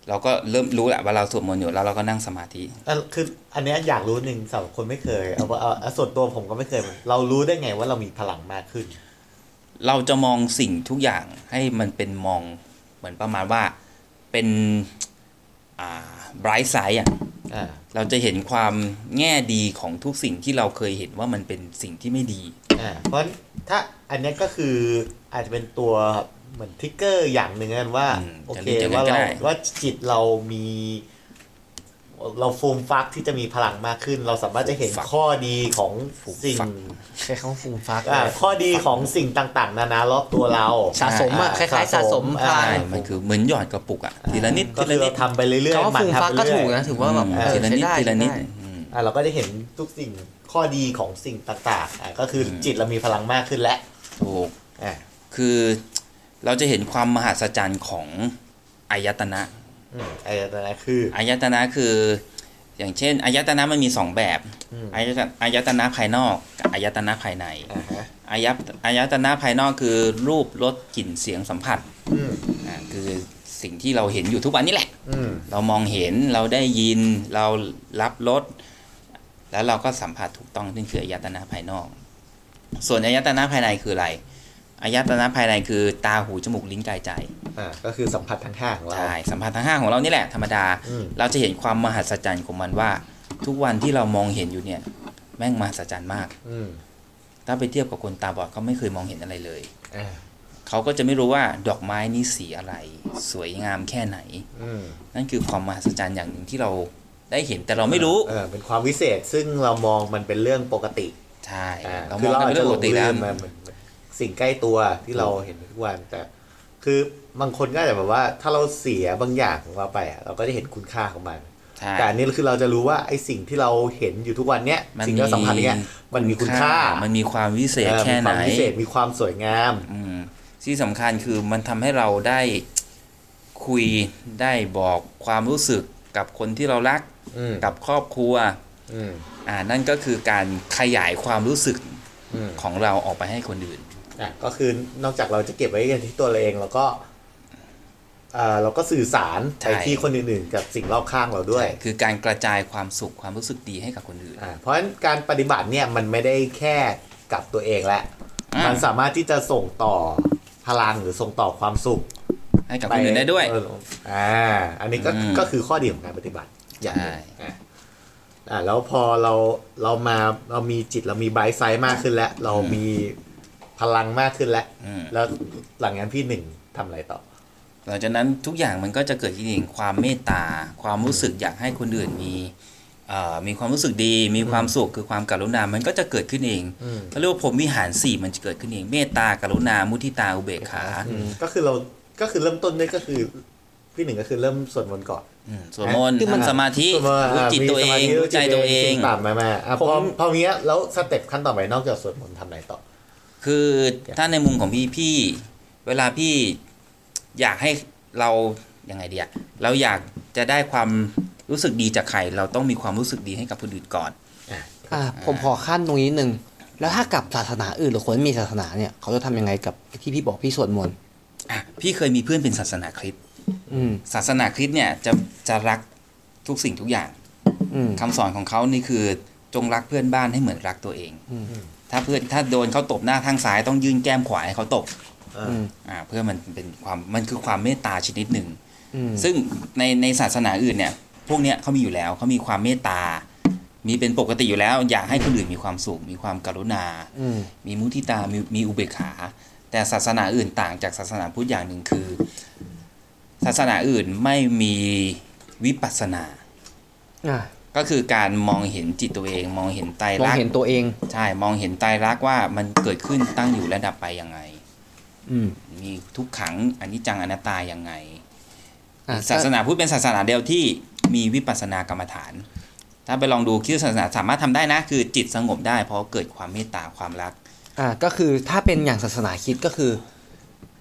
[SPEAKER 3] เราก็เริ่มรู้แหละว่าเราสวดมนต์อยู่แล้วเราก็นั่งสมาธิ
[SPEAKER 4] อ่ะคืออันเนี้ยอยากรู้หนึ่งสำหรับคนไม่เคยเอาว่าเอาเอาส่วนตัวผมก็ไม่เคย เรารู้ได้ไงว่าเรามีพลังมากขึ้น
[SPEAKER 3] เราจะมองสิ่งทุกอย่างให้มันเป็นมองเหมือนประมาณว่าเป็นอ่า bright side อ่ะ
[SPEAKER 4] อ่า
[SPEAKER 3] เราจะเห็นความแง่ดีของทุกสิ่งที่เราเคยเห็นว่ามันเป็นสิ่งที่ไม่ดี
[SPEAKER 4] อ่า เพราะฉะนั้นถ้าอันเนี้ยก็คืออาจจะเป็นตัวเหมือนทริกเกอร์อย่างหนึ่งกันว่า
[SPEAKER 3] อืม
[SPEAKER 4] โอเค
[SPEAKER 3] จะเรียกอย่าง
[SPEAKER 4] ว่า
[SPEAKER 3] นั้
[SPEAKER 4] นเรา
[SPEAKER 3] ก็ได้
[SPEAKER 4] ว่าจิตเรามี เราฟูมฟักที่จะมีพลังมากขึ้น เราสามารถจะเห็นข้อดีของสิ่ง
[SPEAKER 1] ใช้คำว่าฟูมฟัก
[SPEAKER 4] อ่า
[SPEAKER 1] เลย
[SPEAKER 4] ข้อดีของสิ่งต่างๆ นานารอบตัวเรา
[SPEAKER 1] สะสมอะค
[SPEAKER 4] อ่า
[SPEAKER 1] ล้ายๆ สะ
[SPEAKER 4] สะ
[SPEAKER 1] ส
[SPEAKER 4] ส
[SPEAKER 1] ม
[SPEAKER 4] ม
[SPEAKER 1] พลัง
[SPEAKER 4] ใช่
[SPEAKER 3] ใช่มันคือเหมือนหยอดกระปุกอ่ะทีละนิด
[SPEAKER 4] ก็
[SPEAKER 3] ที
[SPEAKER 4] คื
[SPEAKER 3] ละ
[SPEAKER 4] อ
[SPEAKER 3] นิ
[SPEAKER 4] เรา
[SPEAKER 3] ด
[SPEAKER 4] ทำไปเรื่อย
[SPEAKER 1] คำว่า
[SPEAKER 4] ๆหมั่
[SPEAKER 1] ฟู
[SPEAKER 4] น
[SPEAKER 1] ม
[SPEAKER 4] ทำ
[SPEAKER 1] ฟัก
[SPEAKER 4] ไป
[SPEAKER 1] ก็
[SPEAKER 4] เรื่
[SPEAKER 1] ถู
[SPEAKER 4] อก ย
[SPEAKER 1] นะถือว่าแบบ
[SPEAKER 4] อืม
[SPEAKER 1] เออ
[SPEAKER 3] ทีละ
[SPEAKER 1] ใช้
[SPEAKER 3] นิด
[SPEAKER 1] ได้
[SPEAKER 3] ทีละนิด
[SPEAKER 1] ใช้ได้
[SPEAKER 3] อืม
[SPEAKER 4] อ่ะเราก็จะเห็นทุกสิ่งข้อดีของสิ่งต่างๆอ่ะก็คืออ
[SPEAKER 3] ม
[SPEAKER 4] จิตเรามีพลังมากขึ้นแล้ว
[SPEAKER 3] ถูก
[SPEAKER 4] อ่ะ
[SPEAKER 3] คือเราจะเห็นความมหัศจรรย์ของอายตนะ
[SPEAKER 4] อืมไอ้ตอนนั้นคือ
[SPEAKER 3] อายตนะคือ อย่างเช่นอายตนะมันมีสองแบบ
[SPEAKER 4] อืม
[SPEAKER 3] อายตอายตนะภายนอกกับอายตนะภายใน
[SPEAKER 4] อ่าฮะ
[SPEAKER 3] อายตอายตนะภายนอกคือรูปรสกลิ่นเสียงสัมผัส
[SPEAKER 4] อืม
[SPEAKER 3] อ่าคือสิ่งที่เราเห็นอยู่ทุกวันนี่แหละ
[SPEAKER 4] อืม
[SPEAKER 3] เรามองเห็นเราได้ยินเรารับรสแล้วเราก็สัมผัสถูกต้องนี่คืออายตนะภายนอก ส่วนอายตนะภายในคืออะไรอายตนะภายในคือตาหูจมูกลิ้นกายใจ
[SPEAKER 4] อ่าก็คือสัมผัสทั้งห้าของเรา
[SPEAKER 3] ใช่สัมผัสทั้งห้าของเรานี่แหละธรรมดา
[SPEAKER 4] อืม
[SPEAKER 3] เราจะเห็นความมหัศจรรย์ของมันว่า ทุกวันที่เรามองเห็นอยู่เนี่ยแม่งมหัศจรรย์มาก
[SPEAKER 4] อืม
[SPEAKER 3] ถ้าไปเทียบกับคนตาบอดก็ไม่เคยมองเห็นอะไรเลย
[SPEAKER 4] อ่า
[SPEAKER 3] เขาก็จะไม่รู้ว่าดอกไม้นี้สีอะไร สวยงามแค่ไหน
[SPEAKER 4] อืม
[SPEAKER 3] นั่นคือความมหัศจรรย์อย่างหนึ่งที่เราได้เห็นแต่เราไม่รู้
[SPEAKER 4] เออเป็นความวิเศษซึ่งเรามองมันเป็นเรื่องปกติ
[SPEAKER 3] ใช่
[SPEAKER 4] อ่า
[SPEAKER 3] เรา
[SPEAKER 4] คื
[SPEAKER 3] ม
[SPEAKER 4] อ
[SPEAKER 3] อง
[SPEAKER 4] เรา
[SPEAKER 3] กั
[SPEAKER 4] อา
[SPEAKER 3] น
[SPEAKER 4] จ
[SPEAKER 3] เป็น
[SPEAKER 4] จะ
[SPEAKER 3] เรื่อง
[SPEAKER 4] หล
[SPEAKER 3] ปก
[SPEAKER 4] ง
[SPEAKER 3] ติ
[SPEAKER 4] ลื
[SPEAKER 3] แล้ว
[SPEAKER 4] มมันเหมือนสิ่งใกล้ตัวที่เราเห็นทุกวันแต่ คือบางคนก็อาจจะแบบว่าถ้าเราเสียบางอย่างของเราไปอะเราก็จะเห็นคุณค่าของมัน
[SPEAKER 3] ใช่
[SPEAKER 4] แต่อันนี้คือเราจะรู้ว่าไอ้สิ่งที่เราเห็นอยู่ทุกวันเนี้ย
[SPEAKER 3] มัน
[SPEAKER 4] สิ่งที่เราสัมผัสเนี้ย
[SPEAKER 3] มี
[SPEAKER 4] มันมีคุณค่า
[SPEAKER 3] มันมีความวิเศษ
[SPEAKER 4] เออ
[SPEAKER 3] แค่
[SPEAKER 4] มีค
[SPEAKER 3] ไหน
[SPEAKER 4] วามพิเศษมีความสวยงาม
[SPEAKER 3] อืมที่สำคัญคือมันทำให้เราได้คุยได้บอกความรู้สึกกับคนที่เรารัก
[SPEAKER 4] อืม
[SPEAKER 3] กับครอบครัว
[SPEAKER 4] อืม
[SPEAKER 3] อ่านั่นก็คือการขยายความรู้สึก
[SPEAKER 4] อืม
[SPEAKER 3] ของเราออกไปให้คนอื่น
[SPEAKER 4] อ่ะก็คือนอกจากเราจะเก็บไว้กันที่ตัวเราเองแล้วก็เออเราก็สื่อสาร
[SPEAKER 3] ใช่
[SPEAKER 4] ไปที่คนอื่นๆ กับสิ่งรอบข้างเราด้วย
[SPEAKER 3] ใช่คือการกระจายความสุขความรู้สึกดีให้กับคนอื่น
[SPEAKER 4] อ่ะเพราะฉะนั้นการปฏิบัติเนี่ยมันไม่ได้แค่กับตัวเองและ
[SPEAKER 3] อ่ามั
[SPEAKER 4] มันสามารถที่จะส่งต่อพลังหรือส่งต่อความสุข
[SPEAKER 3] ให้กับคนอื่นได้ด้วย
[SPEAKER 4] เอออ่าอันนี้ก็
[SPEAKER 3] อืม
[SPEAKER 4] ก็คือข้อดีของการปฏิบัติอย่างหนึง
[SPEAKER 3] ใช่
[SPEAKER 4] อ่ะอ่าแล้วพอเราเรามาเรามีจิตเรามีไบไซส์มากขึ้นแล้ว เรามีพลังมากขึ้นแล้ว
[SPEAKER 3] อืม
[SPEAKER 4] แล้วหลังจากนั้นพี่หนึ่งทำอะไรต่อ
[SPEAKER 3] หลังจากนั้นทุกอย่างมันก็จะเกิดขึ้นเองความเมตตา ความรู้สึกอยากให้คนอื่นมีเอ่อมีความรู้สึกดี มีความสุขคือความกรุณา มันก็จะเกิดขึ้นเอง
[SPEAKER 4] อืม
[SPEAKER 3] เขาเรียกว่าผมวิหารสี่มันจะเกิดขึ้นเองเมตตากรุณามุทิตาอุเบกขา
[SPEAKER 4] อก็คือเราก็คือเริ่มต้นด้วยก็คือ พี่หนึ่งก็คือเริ่มสวดมนต์ก่อน
[SPEAKER 3] อืมสวดมนต์
[SPEAKER 1] คือมัน
[SPEAKER 3] ทำสมาธิ
[SPEAKER 4] สวดมนต์
[SPEAKER 3] รู้
[SPEAKER 4] อ่ะ
[SPEAKER 3] จิต
[SPEAKER 4] มี
[SPEAKER 3] ตัวเอ
[SPEAKER 4] สมางธิ
[SPEAKER 3] รู้ใจตัวเอง
[SPEAKER 4] ตามมามาอ่ะพอพอเนี้ยแล้วสเต็ปขั้นต่อไปนอกจากสวดมนต์ทำอะไรต่อ
[SPEAKER 3] คือถ้าในมุมของพี่พี่ เวลาพี่อยากให้เรายังไงเดียเราอยากจะได้ความรู้สึกดีจากใคร เราต้องมีความรู้สึกดีให้กับคนอื่นก่อน
[SPEAKER 1] อ่ะผมขอขั้นตรงนี้หนึ่งแล้วถ้ากับศาสนาอื่นหรือคนไม่มีศาสนาเนี่ยเขาจะทำยังไงกับที่พี่บอกพี่สวดมนต์
[SPEAKER 3] อ่ะพี่เคยมีเพื่อนเป็นศาสนาคริสต์
[SPEAKER 1] อืม
[SPEAKER 3] ศาสนาคริสต์เนี่ยจะจะรักทุกสิ่งทุกอย่าง
[SPEAKER 1] อืม
[SPEAKER 3] คำสอนของเขานี่คือจงรักเพื่อนบ้านให้เหมือนรักตัวเอง
[SPEAKER 1] อืม
[SPEAKER 3] ถ้าเพื่อนถ้าโดนเขาตบหน้าทางซ้ายต้องยื่นแก้มขวาให้เขาตบ
[SPEAKER 1] อืม
[SPEAKER 3] อ่าเพื่อมันเป็นความมันคือความเมตตาชนิดหนึ่ง
[SPEAKER 1] อืม
[SPEAKER 3] ซึ่งในในศาสนาอื่นเนี่ยพวกเนี้ยเขามีอยู่แล้วเขามีความเมตตา มีเป็นปกติอยู่แล้ว อยากให้คนอื่นมีความสุขมีความกรุณา
[SPEAKER 1] อืม
[SPEAKER 3] มีมุทิตา มีมีอุเบกขา แต่ศาสนาอื่นต่างจากศาสนาพุทธอย่างหนึ่งคือ ศาสนาอื่นไม่มีวิปัสสนา
[SPEAKER 1] อ่ะ
[SPEAKER 3] ก็คือการมองเห็นจิตตัวเอง มองเห็นไตร
[SPEAKER 1] มอง
[SPEAKER 3] ลักษ
[SPEAKER 1] เห็น
[SPEAKER 3] ณ์
[SPEAKER 1] ตัวเอง
[SPEAKER 3] ใช่มองเห็นไตรลักษณ์ว่ามันเกิดขึ้นตั้งอยู่และดับไปยังไง
[SPEAKER 1] อืม
[SPEAKER 3] มีทุกขังอนิจจังอนัตตายังไง
[SPEAKER 1] อ่ะ
[SPEAKER 3] ศาสนาพุทธเป็นศาสนาเดียวที่มีวิปัสสนากรรมฐาน ถ้าไปลองดูคิดว่าศาสนาสามารถทำได้นะ คือจิตสงบได้เพราะเกิดความเมตตาความรัก
[SPEAKER 1] อ่ะก็คือถ้าเป็นอย่างศาสนาคริดก็คือ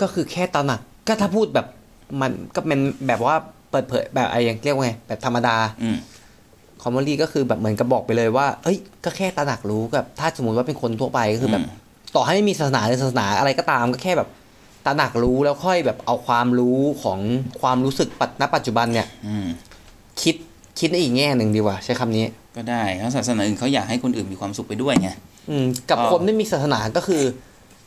[SPEAKER 1] ก็คือแค่ตระหนักก็ถ้าพูดแบบมันก็เป็นแบบว่าเปิดเผยแบบอะไรอย่างเรียกว่าไงแบบธรรมดา
[SPEAKER 3] อืม
[SPEAKER 1] คอมมอรี่ก็คือแบบเหมือนกับบอกไปเลยว่า เอ้ย ก็แค่ตระหนักรู้กับถ้าสมมติว่าเป็นคนทั่วไปก็คือแบบ
[SPEAKER 3] อืม
[SPEAKER 1] ต่อให้ไม่มีศาสนาหรือศาสนาอะไรก็ตามก็แค่แบบตระหนักรู้แล้วค่อยแบบเอาความรู้ของความรู้สึกปัจณปัจจุบันเนี่ย
[SPEAKER 3] อืม
[SPEAKER 1] คิดคิดในอีกแง่หนึ่งดีกว่า ใช้คำนี้
[SPEAKER 3] ก็ได้เขาศาสนาอื่นเขาอยากให้คนอื่นมีความสุขไปด้วยไง
[SPEAKER 1] อืมกับ
[SPEAKER 3] อ๋อ
[SPEAKER 1] คนไม่มีศาสนาก็คือ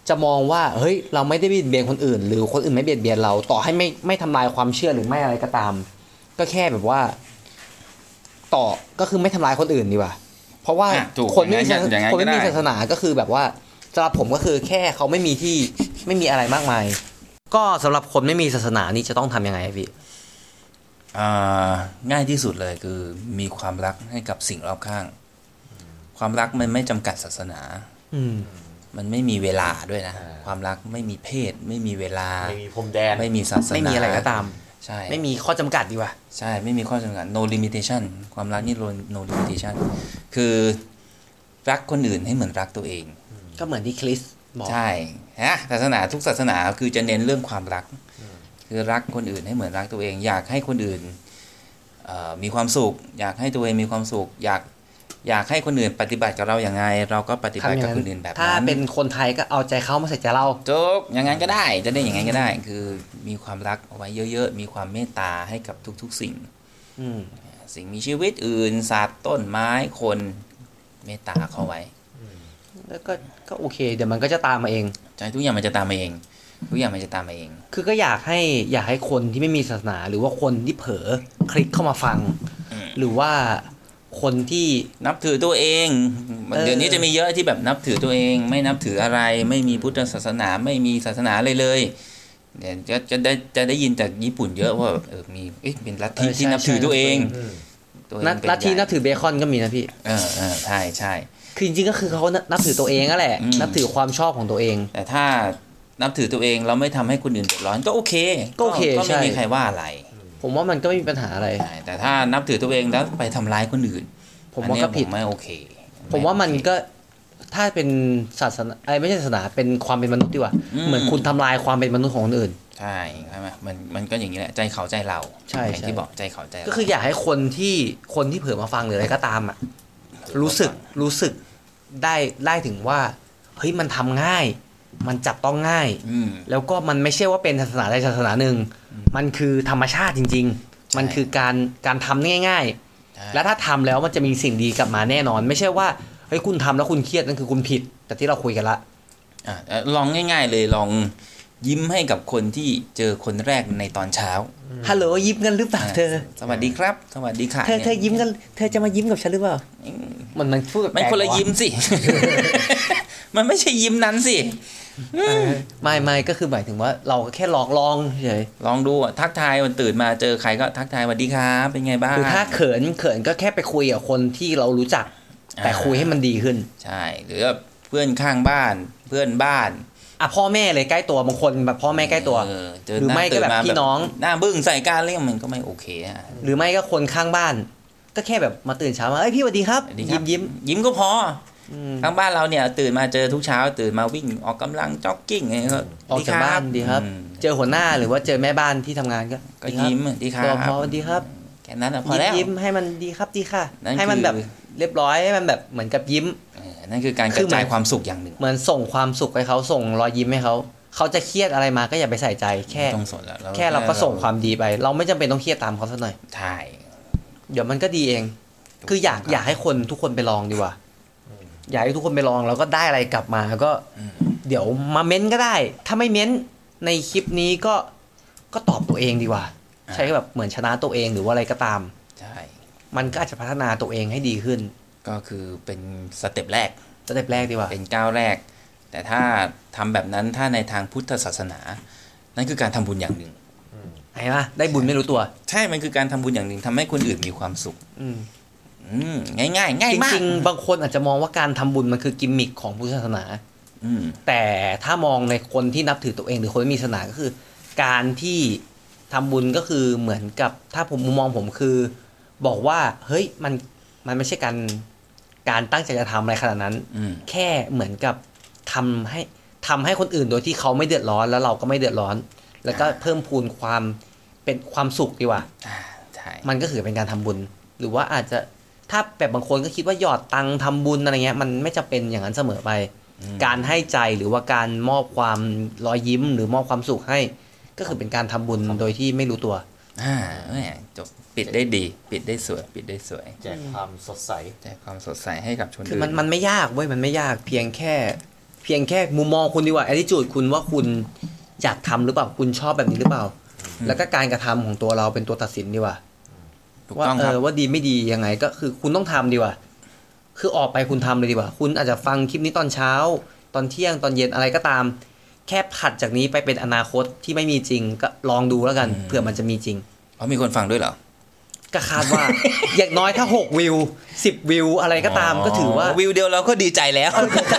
[SPEAKER 1] จะมองว่าเฮ้ยเราไม่ได้เบียดเบียนคนอื่น หรือคนอื่นไม่เบียดเบียนเราต่อให้ไม่ไม่ทำลายความเชื่อหรือไม่อะไรก็ตาม ก็แค่แบบว่า ต่อก็คือไม่ทำลายคนอื่นดีกว่า เพราะว่า
[SPEAKER 3] อ่ะถูก
[SPEAKER 1] คนไม่มีศาส
[SPEAKER 3] อย่างนั้น
[SPEAKER 1] คนไม่มี
[SPEAKER 3] อย่างนั้นก็ได้
[SPEAKER 1] ศาสนาก็คือแบบว่าสำหรับผมก็คือแค่เขาไม่มีที่ไม่มีอะไรมากมาย ก็สำหรับคนไม่มีศาสนานี่จะต้องทำยังไงอะพี่
[SPEAKER 3] อ่าง่ายที่สุดเลยคือมีความรักให้กับสิ่งรอบข้าง ความรักมันไม่จำกัดศาสนา
[SPEAKER 1] อืม
[SPEAKER 3] มันไม่มีเวลาด้วยนะ
[SPEAKER 4] อ่า
[SPEAKER 3] ความรักไม่มีเพศ ไม่มีเวลา
[SPEAKER 4] ไม่มีพรมแดน
[SPEAKER 3] ไม่มีศาสนา
[SPEAKER 1] ไม่มีอะไรก็ตาม
[SPEAKER 3] ใช่
[SPEAKER 1] ไม่มีข้อจำกัดดีกว่า
[SPEAKER 3] ใช่ ไม่มีข้อจำกัด no limitation ความรักนี่ no- no limitation คือรักคนอื่นให้เหมือนรักตัวเอง
[SPEAKER 1] ก็เหมือนที่คริสบอก
[SPEAKER 3] ใช่ฮะศาสนาทุกศาสนาคือจะเน้นเรื่องความรัก คือรักคนอื่นให้เหมือนรักตัวเอง อยากให้คนอื่น เอ่อมีความสุข อยากให้ตัวเองมีความสุข อยากอยากให้คนอื่นปฏิบัติกับเราอย่างไง เราก็ปฏิบัติ
[SPEAKER 1] ทำอ
[SPEAKER 3] กับ
[SPEAKER 1] ย่าง
[SPEAKER 3] ค
[SPEAKER 1] นั้น
[SPEAKER 3] นอื่นแบบ
[SPEAKER 1] ถ้า
[SPEAKER 3] นั้น
[SPEAKER 1] เป็นคนไทยก็เอาใจเขามาใส่ใจเรา
[SPEAKER 3] จบอย่างนั้นก็ได้ จะได้อย่างนั้นก็ได้ คือมีความรักเอาไว้เยอะๆ มีความเมตตาให้กับทุกๆสิ่ง
[SPEAKER 1] อืม
[SPEAKER 3] สิ่งมีชีวิตอื่นสัตว์ต้นไม้คนเมตตาเขาไว้
[SPEAKER 1] แล้วก็ก็โอเค เดี๋ยวมันก็จะตามมาเอง
[SPEAKER 3] ใจทุกอย่างมันจะตามมาเอง ทุกอย่างมันจะตามมาเอง
[SPEAKER 1] คือก็อยากให้อยากให้คนที่ไม่มีศาสนา หรือว่าคนที่เผลอคลิกเข้ามาฟัง
[SPEAKER 3] อืม
[SPEAKER 1] หรือว่าคนที่
[SPEAKER 3] นับถือตัวเอง
[SPEAKER 1] เออ
[SPEAKER 3] เดี๋ยวนี้จะมีเยอะที่แบบนับถือตัวเอง ไม่นับถืออะไร ไม่มีพุทธศาสนาไม่มีศาสนาเลยเลยเดี๋ยวจะจะได้จะได้ยินจากญี่ปุ่นเยอะว่าแบบเออมีเอ๊ะเป็นลัทธิที่นับถือตัวเอง
[SPEAKER 4] อืม
[SPEAKER 3] ตัวเอง
[SPEAKER 1] นับ
[SPEAKER 3] เป็
[SPEAKER 1] ลัทธิ
[SPEAKER 3] ใหญ่
[SPEAKER 1] นับถือเบคอนก็มีนะพี่
[SPEAKER 3] เออเออใช่ใช่
[SPEAKER 1] คือจริงๆก็คือเขานับถือตัวเองนั่นแหละ
[SPEAKER 3] อืม
[SPEAKER 1] นับถือความชอบของตัวเอง
[SPEAKER 3] แต่ถ้านับถือตัวเองเราไม่ทำให้คนอื่นเดือดร้อนก็โอเค
[SPEAKER 1] ก็โอเค
[SPEAKER 3] ก็ไม่มี
[SPEAKER 1] ใช่
[SPEAKER 3] ใครว่าอะไร
[SPEAKER 1] ผมว่ามันก็ไม่มีปัญหาอะไร
[SPEAKER 3] ใช่แต่ถ้านับถือตัวเองแล้วไปทำร้ายคนอื่น
[SPEAKER 1] ผม
[SPEAKER 3] อัน
[SPEAKER 1] ว่า
[SPEAKER 3] เนี้ย
[SPEAKER 1] ก็ผิด
[SPEAKER 3] ไม่โอเค
[SPEAKER 1] ผมว่ามัน
[SPEAKER 3] ไโอเค
[SPEAKER 1] ก็ถ้าเป็นศาสนาไอ้ยไม่ใช่ศาสนาเป็นความเป็นมนุษย์ดีกว่า
[SPEAKER 3] อืม
[SPEAKER 1] เหมือนคุณทำลายความเป็นมนุษย์ของคนอื่น
[SPEAKER 3] ใช่ใช่ไหมมันมันก็อย่างนี้แหละใจเขาใจเรา
[SPEAKER 1] ใช่
[SPEAKER 3] อย่างที่
[SPEAKER 1] ใช่
[SPEAKER 3] บอกใจเขาใจเรา
[SPEAKER 1] ก็คืออยากให้คนที่คนที่เผลอมาฟังหรืออะไรก็ตามอ่ะรู้สึกรู้สึกได้ได้ถึงว่า เฮ้ยมันทำง่าย มันจับต้องง่าย
[SPEAKER 3] อืม
[SPEAKER 1] แล้วก็มันไม่ใช่ว่าเป็นศาสนาใดศาสนาหนึ่ง มันคือธรรมชาติจริง ๆ มันคือการการทำง่าย
[SPEAKER 3] ใช่
[SPEAKER 1] ๆ และถ้าทำแล้วมันจะมีสิ่งดีกลับมาแน่นอน ไม่ใช่ว่าเฮ้ยคุณทำแล้วคุณเครียดนั่นคือคุณผิด แต่ที่เราคุยกันละ
[SPEAKER 3] อ่ะเอ่อลองง่าย ๆ เลยลองยิ้มให้กับคนที่เจอคนแรกในตอนเช้า
[SPEAKER 1] ฮัลโหลยิ้มกันหรือเปล่า
[SPEAKER 3] อ่ะ
[SPEAKER 1] เธอ
[SPEAKER 3] สวัสดีครับ สวัสดีค่ะ
[SPEAKER 1] เธอเธอยิ้มกัน เธอจะมายิ้มกับฉันหรือเปล่า มันมันพูดแบบ
[SPEAKER 3] มันคนละยิ้มสิ มันไม่ใช่ยิ้มนั้นสิ
[SPEAKER 1] ไม่ไม่ก็คือหมายถึงว่าเราแค่ลองลองเฉย
[SPEAKER 3] ลองดูอ่ะทักทายวันตื่นมาเจอใครก็ทักทายสวัสดีครับเป็นไงบ้าง
[SPEAKER 1] คือถ้าเขินเขินก็แค่ไปคุยกับคนที่เรารู้จัก แต่คุยให้มันดีขึ้น
[SPEAKER 3] ใช่หรือว่าเพื่อนข้างบ้านเพื่อนบ้าน
[SPEAKER 1] อ่ะพ่อแม่เลยใกล้ตัวบางคนแบบพ่อแม่ใกล้ตัว
[SPEAKER 3] เออเจอ
[SPEAKER 1] หรือ
[SPEAKER 3] น้า
[SPEAKER 1] ไม่ก็
[SPEAKER 3] ตื่
[SPEAKER 1] แบบ
[SPEAKER 3] นา
[SPEAKER 1] พี่น้อง
[SPEAKER 3] หน้าบึ้งใส่การเรื่องมันก็ไม่โอเคอ่ะ
[SPEAKER 1] หรือไม่ก็คนข้างบ้าน ก็แค่แบบมาตื่นเช้ามาเอ้ยพี่สวัสดีครับ
[SPEAKER 3] สวัสดีครั
[SPEAKER 1] ยิ้
[SPEAKER 3] บ
[SPEAKER 1] มยิ้ม
[SPEAKER 3] ยิ้มก็พอ
[SPEAKER 1] อืม
[SPEAKER 3] ทางบ้านเราเนี่ยตื่นมาเจอทุกเช้า ตื่นมาวิ่งออกกำลังจ็อกกิ้งอะไรก็
[SPEAKER 1] ออกจากบ้านดีครับ
[SPEAKER 3] อืม
[SPEAKER 1] เจอหัวหน้าหรือว่าเจอแม่บ้านที่ทำงานก็
[SPEAKER 3] ก็ยิ้มดีครับ
[SPEAKER 1] บอกพอสวัสดีครับ
[SPEAKER 3] แค่นั้นอะพอ
[SPEAKER 1] ยิ้ม
[SPEAKER 3] แล้ว
[SPEAKER 1] ยิ้มให้มันดีครับดีค่ะ
[SPEAKER 3] นั่น
[SPEAKER 1] ให้มัน
[SPEAKER 3] คือ
[SPEAKER 1] แบบเรียบร้อยให้มันแบบเหมือนกับยิ้ม
[SPEAKER 3] เออนั่นคือการก
[SPEAKER 1] คื
[SPEAKER 3] ระ
[SPEAKER 1] อ
[SPEAKER 3] จาม
[SPEAKER 1] หาย ย
[SPEAKER 3] ความสุขอย่างหนึ่ง
[SPEAKER 1] เหมือนส่งความสุขให้เขาส่งรอยยิ้มให้เขาเขาจะเครียดอะไรมาก็อย่าไปใส่ใจ แค่
[SPEAKER 3] ไม่ต้องสนแล้ว
[SPEAKER 1] แค่เราก็ส่งความดีไป เราไม่จำเป็นต้องเครียดตามเขาซะหน่อย
[SPEAKER 3] ใช่
[SPEAKER 1] เดี๋ยวมันก็ดีเอง คืออยากอยากให้คนทุกคนไปลองดีกว่าอยากให้ทุกคนไปลองแล้วก็ได้อะไรกลับมาก็ เดี๋ยวมาเม้นก็ได้ ถ้าไม่เม้นในคลิปนี้ก็ก็ตอบตัวเองดีกว่า ใช้แบบเหมือนชนะตัวเองหรือว่าอะไรก็ตาม
[SPEAKER 3] ใช่
[SPEAKER 1] มันก็อาจจะพัฒนาตัวเองให้ดีขึ้น
[SPEAKER 3] ก็คือเป็นสเต็ปแรก
[SPEAKER 1] สเต็ปแรกดีกว่า
[SPEAKER 3] เป็นก้าวแรก แต่ถ้าทำแบบนั้นถ้าในทางพุทธศาสนา นั่นคือการทำบุญอย่างหนึ่ง
[SPEAKER 1] ไอ้ป่ะได้บุญไม่รู้ตัว
[SPEAKER 3] ใช่มันคือการทำบุญอย่างหนึ่งทำให้คนอื่นมีความสุข
[SPEAKER 1] อืม
[SPEAKER 3] อืมง่ายง่ายๆง่าย
[SPEAKER 1] จ
[SPEAKER 3] มาก
[SPEAKER 1] ริงๆ บางคนอาจจะมองว่าการทำบุญมันคือกิมมิคของพุทธศาสนา
[SPEAKER 3] อืม
[SPEAKER 1] แต่ถ้ามองในคนที่นับถือตัวเองหรือคนไม่มีศาสนาก็คือ การที่ทำบุญก็คือเหมือนกับถ้าผมมุมมองผมคือ บอกว่าเฮ้ยมันมันไม่ใช่การการตั้งใจจะทำอะไรขนาดนั้น
[SPEAKER 3] อืม
[SPEAKER 1] แค่เหมือนกับทำให้ทำให้คนอื่นโดยที่เขาไม่เดือดร้อนแล้วเราก็ไม่เดือดร้อน แล้วก็เพิ่มพูนความเป็นความสุขดีกว่า
[SPEAKER 3] อ่าใช่
[SPEAKER 1] มันก็คือเป็นการทำบุญ หรือว่าอาจจะถ้าแบบบางคนก็คิดว่าหยอดตังค์ทำบุญอะไรเงี้ย มันไม่จะเป็นอย่างนั้นเสมอไป
[SPEAKER 3] อืม
[SPEAKER 1] การให้ใจหรือว่าการมอบความรอยยิ้มหรือมอบความสุขให้ ก็คือเป็นการทำบุญโดยที่ไม่รู้ตัว
[SPEAKER 3] อ่าแหม่จบปิดได้ดี ปิดได้สวย ปิดได้สวย
[SPEAKER 4] แจกความสดใส
[SPEAKER 3] แจกความสดใสให้กับชน
[SPEAKER 1] คือ
[SPEAKER 3] อื่
[SPEAKER 1] มันมันไม่ยากเว้ยมันไม่ยากเพียงแค่ เพียงแค่มุมมองคุณดีกว่า attitude คุณว่าคุณอยากทำหรือเปล่าคุณชอบแบบนี้หรือเปล่า แล้วก็การกระทำของตัวเราเป็นตัวตัดสินดีกว่า
[SPEAKER 3] ถูก
[SPEAKER 1] ว่า
[SPEAKER 3] ต้อง
[SPEAKER 1] เอ
[SPEAKER 3] ครับ
[SPEAKER 1] อว่าดีไม่ดียังไงก็คือคุณต้องทำดีกว่า คือออกไปคุณทำเลยดีกว่า คุณอาจจะฟังคลิปนี้ตอนเช้า ตอนเที่ยงตอนเย็นอะไรก็ตาม แค่ผัดจากนี้ไปเป็นอนาคตที่ไม่มีจริง ก็ลองดูแล้วกันเผื่อมันจะมีจริง
[SPEAKER 3] เพราะมีคนฟังด้วยเหรอ
[SPEAKER 1] ก็คาดว่า อย่างน้อยถ้า 6 วิว 10 วิวอะไรก็ตามก็ถือว่า
[SPEAKER 3] วิวเดียวเราก็ดีใจแล้ว
[SPEAKER 1] เออดีใจ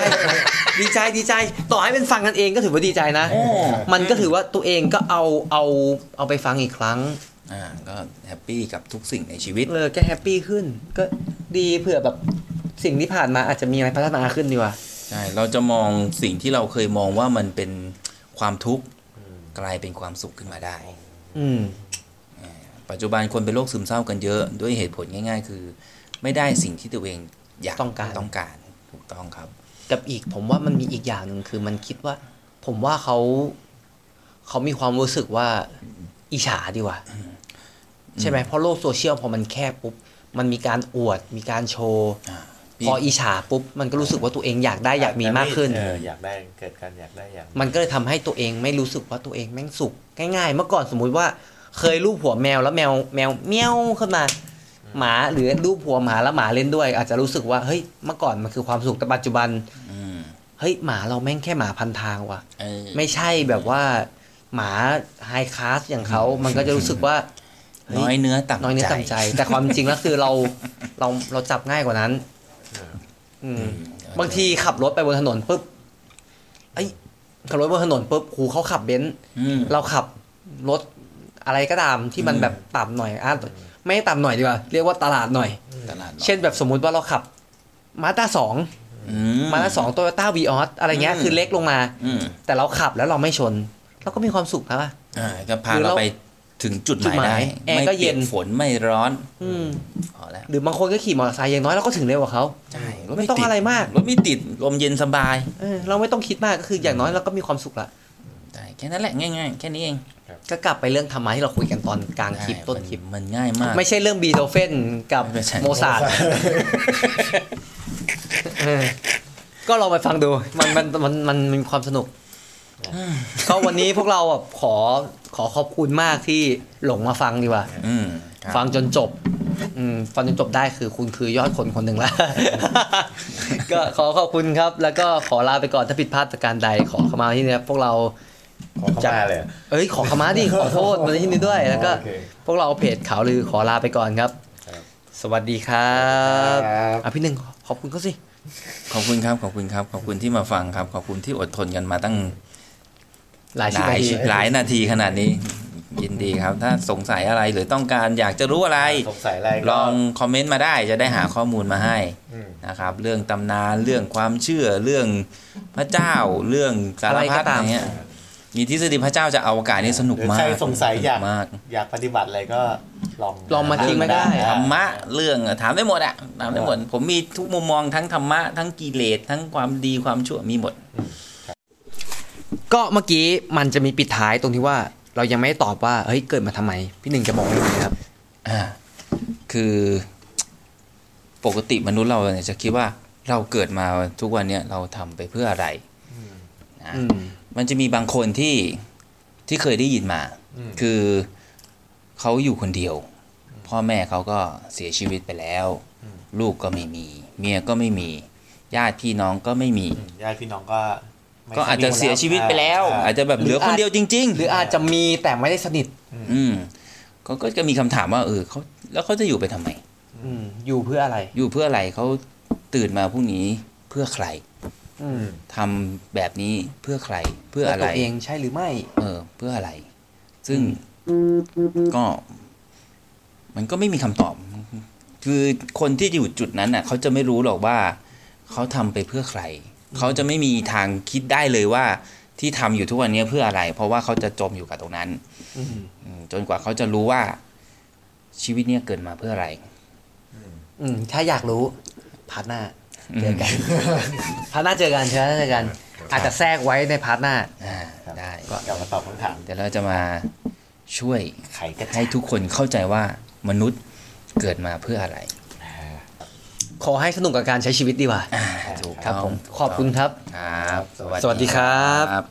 [SPEAKER 1] ดีใจดีใจ ต่อให้เป็นฟังกันเองก็ถือว่าดีใจนะ
[SPEAKER 3] โอ้
[SPEAKER 1] มันก็ถือว่าตัวเองก็เอาเอาเอาไปฟังอีกครั้ง
[SPEAKER 3] อ่าก็แฮปปี้กับทุกสิ่งในชีวิต
[SPEAKER 1] เลยก็แฮปปี้ขึ้น ก็ดีเผื่อแบบสิ่งที่ผ่านมาอาจจะมีอะไรพัฒนาขึ้นดีกว่า
[SPEAKER 3] ใช่ เราจะมองสิ่งที่เราเคยมองว่ามันเป็นความทุกข์กลายเป็นความสุขขึ้นมาได้
[SPEAKER 1] อืม
[SPEAKER 3] ปัจจุบันคนเป็นโรคซึมเศร้ากันเยอะด้วยเหตุผลง่าย ๆ คือ ไม่ได้สิ่งที่ตัวเองอยาก
[SPEAKER 1] ต้องการ
[SPEAKER 3] ต้องการถูกต้องครับ
[SPEAKER 1] กับอีกผมว่ามันมีอีกอย่างหนึ่งคือมันคิดว่า ผมว่าเขาเขามีความรู้สึกว่าอิจฉาดีกว่า ใช่ไหมเพราะโลกโซเชียลพอมันแคบปุ๊บ มันมีการอวด มีการโชว์
[SPEAKER 3] อ่า
[SPEAKER 1] พออิจฉาปุ๊บ มันก็รู้สึกว่าตัวเองอยากได้อยากมีมากขึ้น
[SPEAKER 4] เอออยากได้เกิดการอยากได้อยากมี
[SPEAKER 1] มันก็เลยทำให้ตัวเองไม่รู้สึกว่าตัวเองแม่งสุขง่ายๆ เมื่อก่อนสมมุติว่าเคยรูปหัวแมวแล้วแมวแมวเมี้ยวขึ้นมา หมาหรือรูปหัวหมาแล้วหมาเล่นด้วย อาจจะรู้สึกว่าเฮ้ยเมื่อก่อนมันคือความสุขแต่ปัจจุบัน
[SPEAKER 3] อืม
[SPEAKER 1] เฮ้ยหมาเราแม่งแค่หมาพันทางว่ะ
[SPEAKER 3] เออ
[SPEAKER 1] ไม่ใช่แบบว่า หมาไฮคลาสอย่างเขา มันก็จะรู้สึกว่าเฮ้
[SPEAKER 3] น้อยเนื้อต่ำ
[SPEAKER 1] น้อยเนื้อต่ำใจ แต่ความจริงแล้วคือเราเราเราจับง่ายกว่านั้นอืม บางทีขับรถไปบนถนนปุ๊บไอ้ยขับรถบนถนนปุ๊บหูเขาขับเบนซ์
[SPEAKER 3] อืม
[SPEAKER 1] เราขับรถอะไรก็ตามที่มัน
[SPEAKER 3] อืม
[SPEAKER 1] แบบต่ำหน่อยอ่ะไม่ต่ำหน่อยดีกว่า เรียกว่าตลาดหน่อย
[SPEAKER 3] ตลาดหรอ
[SPEAKER 1] เช่นแบบสมมุติว่าเราขับมาต้าสอง
[SPEAKER 3] อืม
[SPEAKER 1] มาต้าสองโตโยต้าวีออสอะไรเงี้ย
[SPEAKER 3] อืม
[SPEAKER 1] คือเล็กลงมา
[SPEAKER 3] อืม
[SPEAKER 1] แต่เราขับแล้วเราไม่ชนเราก็มีความสุขนะว่ะ
[SPEAKER 3] อ่าก็พา
[SPEAKER 1] หรือ
[SPEAKER 3] เรา
[SPEAKER 1] เรา
[SPEAKER 3] ไปถึงจุดหมา
[SPEAKER 1] จุ
[SPEAKER 3] ย
[SPEAKER 1] ดหมาย
[SPEAKER 3] ได้
[SPEAKER 1] แอร์
[SPEAKER 3] ไม่
[SPEAKER 1] ก็
[SPEAKER 3] เปีย
[SPEAKER 1] เย็น
[SPEAKER 3] กฝนไม่ร้อน
[SPEAKER 1] อืม
[SPEAKER 3] พอแล้ว
[SPEAKER 1] หรือบางคนก็ขี่มอเตอร์ไซค์อย่างน้อยเราก็ถึงเร็วกว่าเขา
[SPEAKER 3] ใช่รถ
[SPEAKER 1] ไม่ต้อง
[SPEAKER 3] ติด
[SPEAKER 1] อะไรมาก
[SPEAKER 3] รถไม่ติดลมเย็นสบาย
[SPEAKER 1] เออเราไม่ต้องคิดมากก็คืออย่างน้อยเราก็มีความสุขละ
[SPEAKER 3] ใช่แค่นั้นแหละง่ายๆ แค่นี้เอง
[SPEAKER 1] ก็กลับไปเรื่องธรรมะที่เราคุยกันตอนกลางคลิป
[SPEAKER 3] ใช่
[SPEAKER 1] ต้น
[SPEAKER 3] มัน
[SPEAKER 1] คลิป
[SPEAKER 3] มันง่ายมาก
[SPEAKER 1] ไม่ใช่เรื่องบีโธเฟนกับ
[SPEAKER 3] ไม่ใช่
[SPEAKER 1] โมซาร์ทเออก็ลองไปฟังดู มันมันมันมันมันมีความสนุกก็วันนี้พวกเราแบบขอขอขอบคุณมากที่หลงมาฟังดีกว่า
[SPEAKER 3] อืมครับ
[SPEAKER 1] ฟังจนจบ อืม ฟังจนจบได้คือคุณคือยอดคนคนหนึ่งละ ก็ขอขอบคุณครับ แล้วก็ขอลาไปก่อนถ้าผิดพลาดประการใดขอเข้ามาที่นี่ครับพวกเรา
[SPEAKER 4] ขอเข้ามาเลยเหรอ
[SPEAKER 1] เอ้ย ขอขมาดิ ขอโทษมาที่นี่ด้วย แล้วก็
[SPEAKER 4] โอเค
[SPEAKER 1] พวกเราเพจข่าวลือขอลาไปก่อนครับ
[SPEAKER 4] ครับ
[SPEAKER 1] สวัสดีครับ
[SPEAKER 4] ครับ
[SPEAKER 1] อ่ะพี่หนึ่งขอบคุณเขาสิ
[SPEAKER 3] ขอบคุณครับขอบคุณครับขอบคุณที่มาฟังครับ ขอบคุณที่อดทนกันมาตั้ง
[SPEAKER 1] หลาย
[SPEAKER 3] ห
[SPEAKER 1] ชิ้น
[SPEAKER 3] ลาย
[SPEAKER 1] ที
[SPEAKER 3] หลายนาทีขนาดนี้ ยินดีครับ ถ้าสงสัยอะไรหรือต้องการอยากจะรู้อะไร
[SPEAKER 4] สงสัยอะไรก็
[SPEAKER 3] ลองคอมเมนต์มาได้จะได้หาข้อมูลมาให้
[SPEAKER 4] อืม
[SPEAKER 3] นะครับ เรื่องตำนานเรื่องความเชื่อเรื่องพระเจ้า เรื่องสาร
[SPEAKER 1] อะไร
[SPEAKER 3] พัด
[SPEAKER 1] ก็ตาม
[SPEAKER 3] อะไรเงี้ยมีทฤษฎีพระเจ้าจะเอาอากาศนี่สนุก
[SPEAKER 4] หรือ
[SPEAKER 3] มาก
[SPEAKER 4] ใครสงสัย
[SPEAKER 3] นุ
[SPEAKER 4] อยาก
[SPEAKER 3] มาก
[SPEAKER 4] อยากปฏิบัติอะไรก็ลอง
[SPEAKER 1] ลองมาทิ้งไว้ได้
[SPEAKER 4] เรื่อง
[SPEAKER 3] ธรร
[SPEAKER 4] มาม
[SPEAKER 3] ะเรื่องถามได้หมดอะถามได้หมด ผมมีทุกมุมมองทั้งธรรมะทั้งกิเลสทั้งความดีความชั่วมีหมด
[SPEAKER 1] ก็เมื่อกี้มันจะมีปิดท้ายตรงที่ว่า เรายังไม่ได้ตอบว่า เฮ้ย เกิดมาทำไม พี่หนึ่งจะบอกเลยครับ
[SPEAKER 3] อ่าคือปกติมนุษย์เราเนี่ยจะคิดว่าเราเกิดมาทุกวันเนี่ยเราทำไปเพื่ออะไรนะ
[SPEAKER 1] อืม
[SPEAKER 3] มันจะมีบางคนที่ที่เคยได้ยินมา คือเขาอยู่คนเดียว พ่อแม่เขาก็เสียชีวิตไปแล้ว ลูกก็ไม่มี เมียก็ไม่มี ญาติพี่น้องก็ไม่มี
[SPEAKER 4] อืมญาติพี่น้องก็ไม่
[SPEAKER 3] ก็อาจจะเสียชีวิตไปแล้ว
[SPEAKER 4] า
[SPEAKER 3] อาจจะแบบเหลือคนเดียวจริง ๆ
[SPEAKER 1] หรืออาจจะมีแต่ไม่ได้สนิท
[SPEAKER 3] อืมเขาก็จะมีคำถามว่าเออเขาแล้วเขาจะอยู่ไปทำไม
[SPEAKER 1] อืม อยู่เพื่ออะไร
[SPEAKER 3] อยู่เพื่ออะไรเขาตื่นมาพรุ่งนี้เพื่อใคร
[SPEAKER 1] อืม
[SPEAKER 3] ทำแบบนี้เพื่อใครเพื่อ
[SPEAKER 1] เพื่อ
[SPEAKER 3] อะ
[SPEAKER 1] ตั
[SPEAKER 3] ไร
[SPEAKER 1] วเองใช่หรือไม่
[SPEAKER 3] เออ เพื่ออะไร ซึ่งก็ มันก็ไม่มีคำตอบ คือคนที่อยู่จุดนั้นน่ะเขาจะไม่รู้หรอกว่าเขาทำไปเพื่อใคร เขาจะไม่มีทางคิดได้เลยว่า ที่ทำอยู่ทุกวันนี้เพื่ออะไร เพราะว่าเขาจะจมอยู่กับตรงนั้นอืมจนกว่าเขาจะรู้ว่าชีวิตเนี่ยเกิดมาเพื่ออะไร
[SPEAKER 1] อืม ถ้าอยากรู้พาร์ทหน้าเจอกันพาร์ทหน้าเจอกันเจอกันเจอกัน อาจจะแทรกไว้ในพาร์ทหน้า
[SPEAKER 3] อ่า
[SPEAKER 4] ครับ
[SPEAKER 3] ได้
[SPEAKER 4] กลับมาตอบคำถาม
[SPEAKER 3] เดี๋ยวเราจะมาช่วย
[SPEAKER 4] ไขกระ
[SPEAKER 3] ให้ทุกคนเข้าใจว่ามนุษย์เกิดมาเพื่ออะไร
[SPEAKER 1] ขอให้สนุกกับการใช้ชีวิตดีกว่า
[SPEAKER 4] ถูก
[SPEAKER 1] ครับผม ขอบคุณครับ
[SPEAKER 3] ครับ
[SPEAKER 1] สวัสดีครับ
[SPEAKER 3] ครับ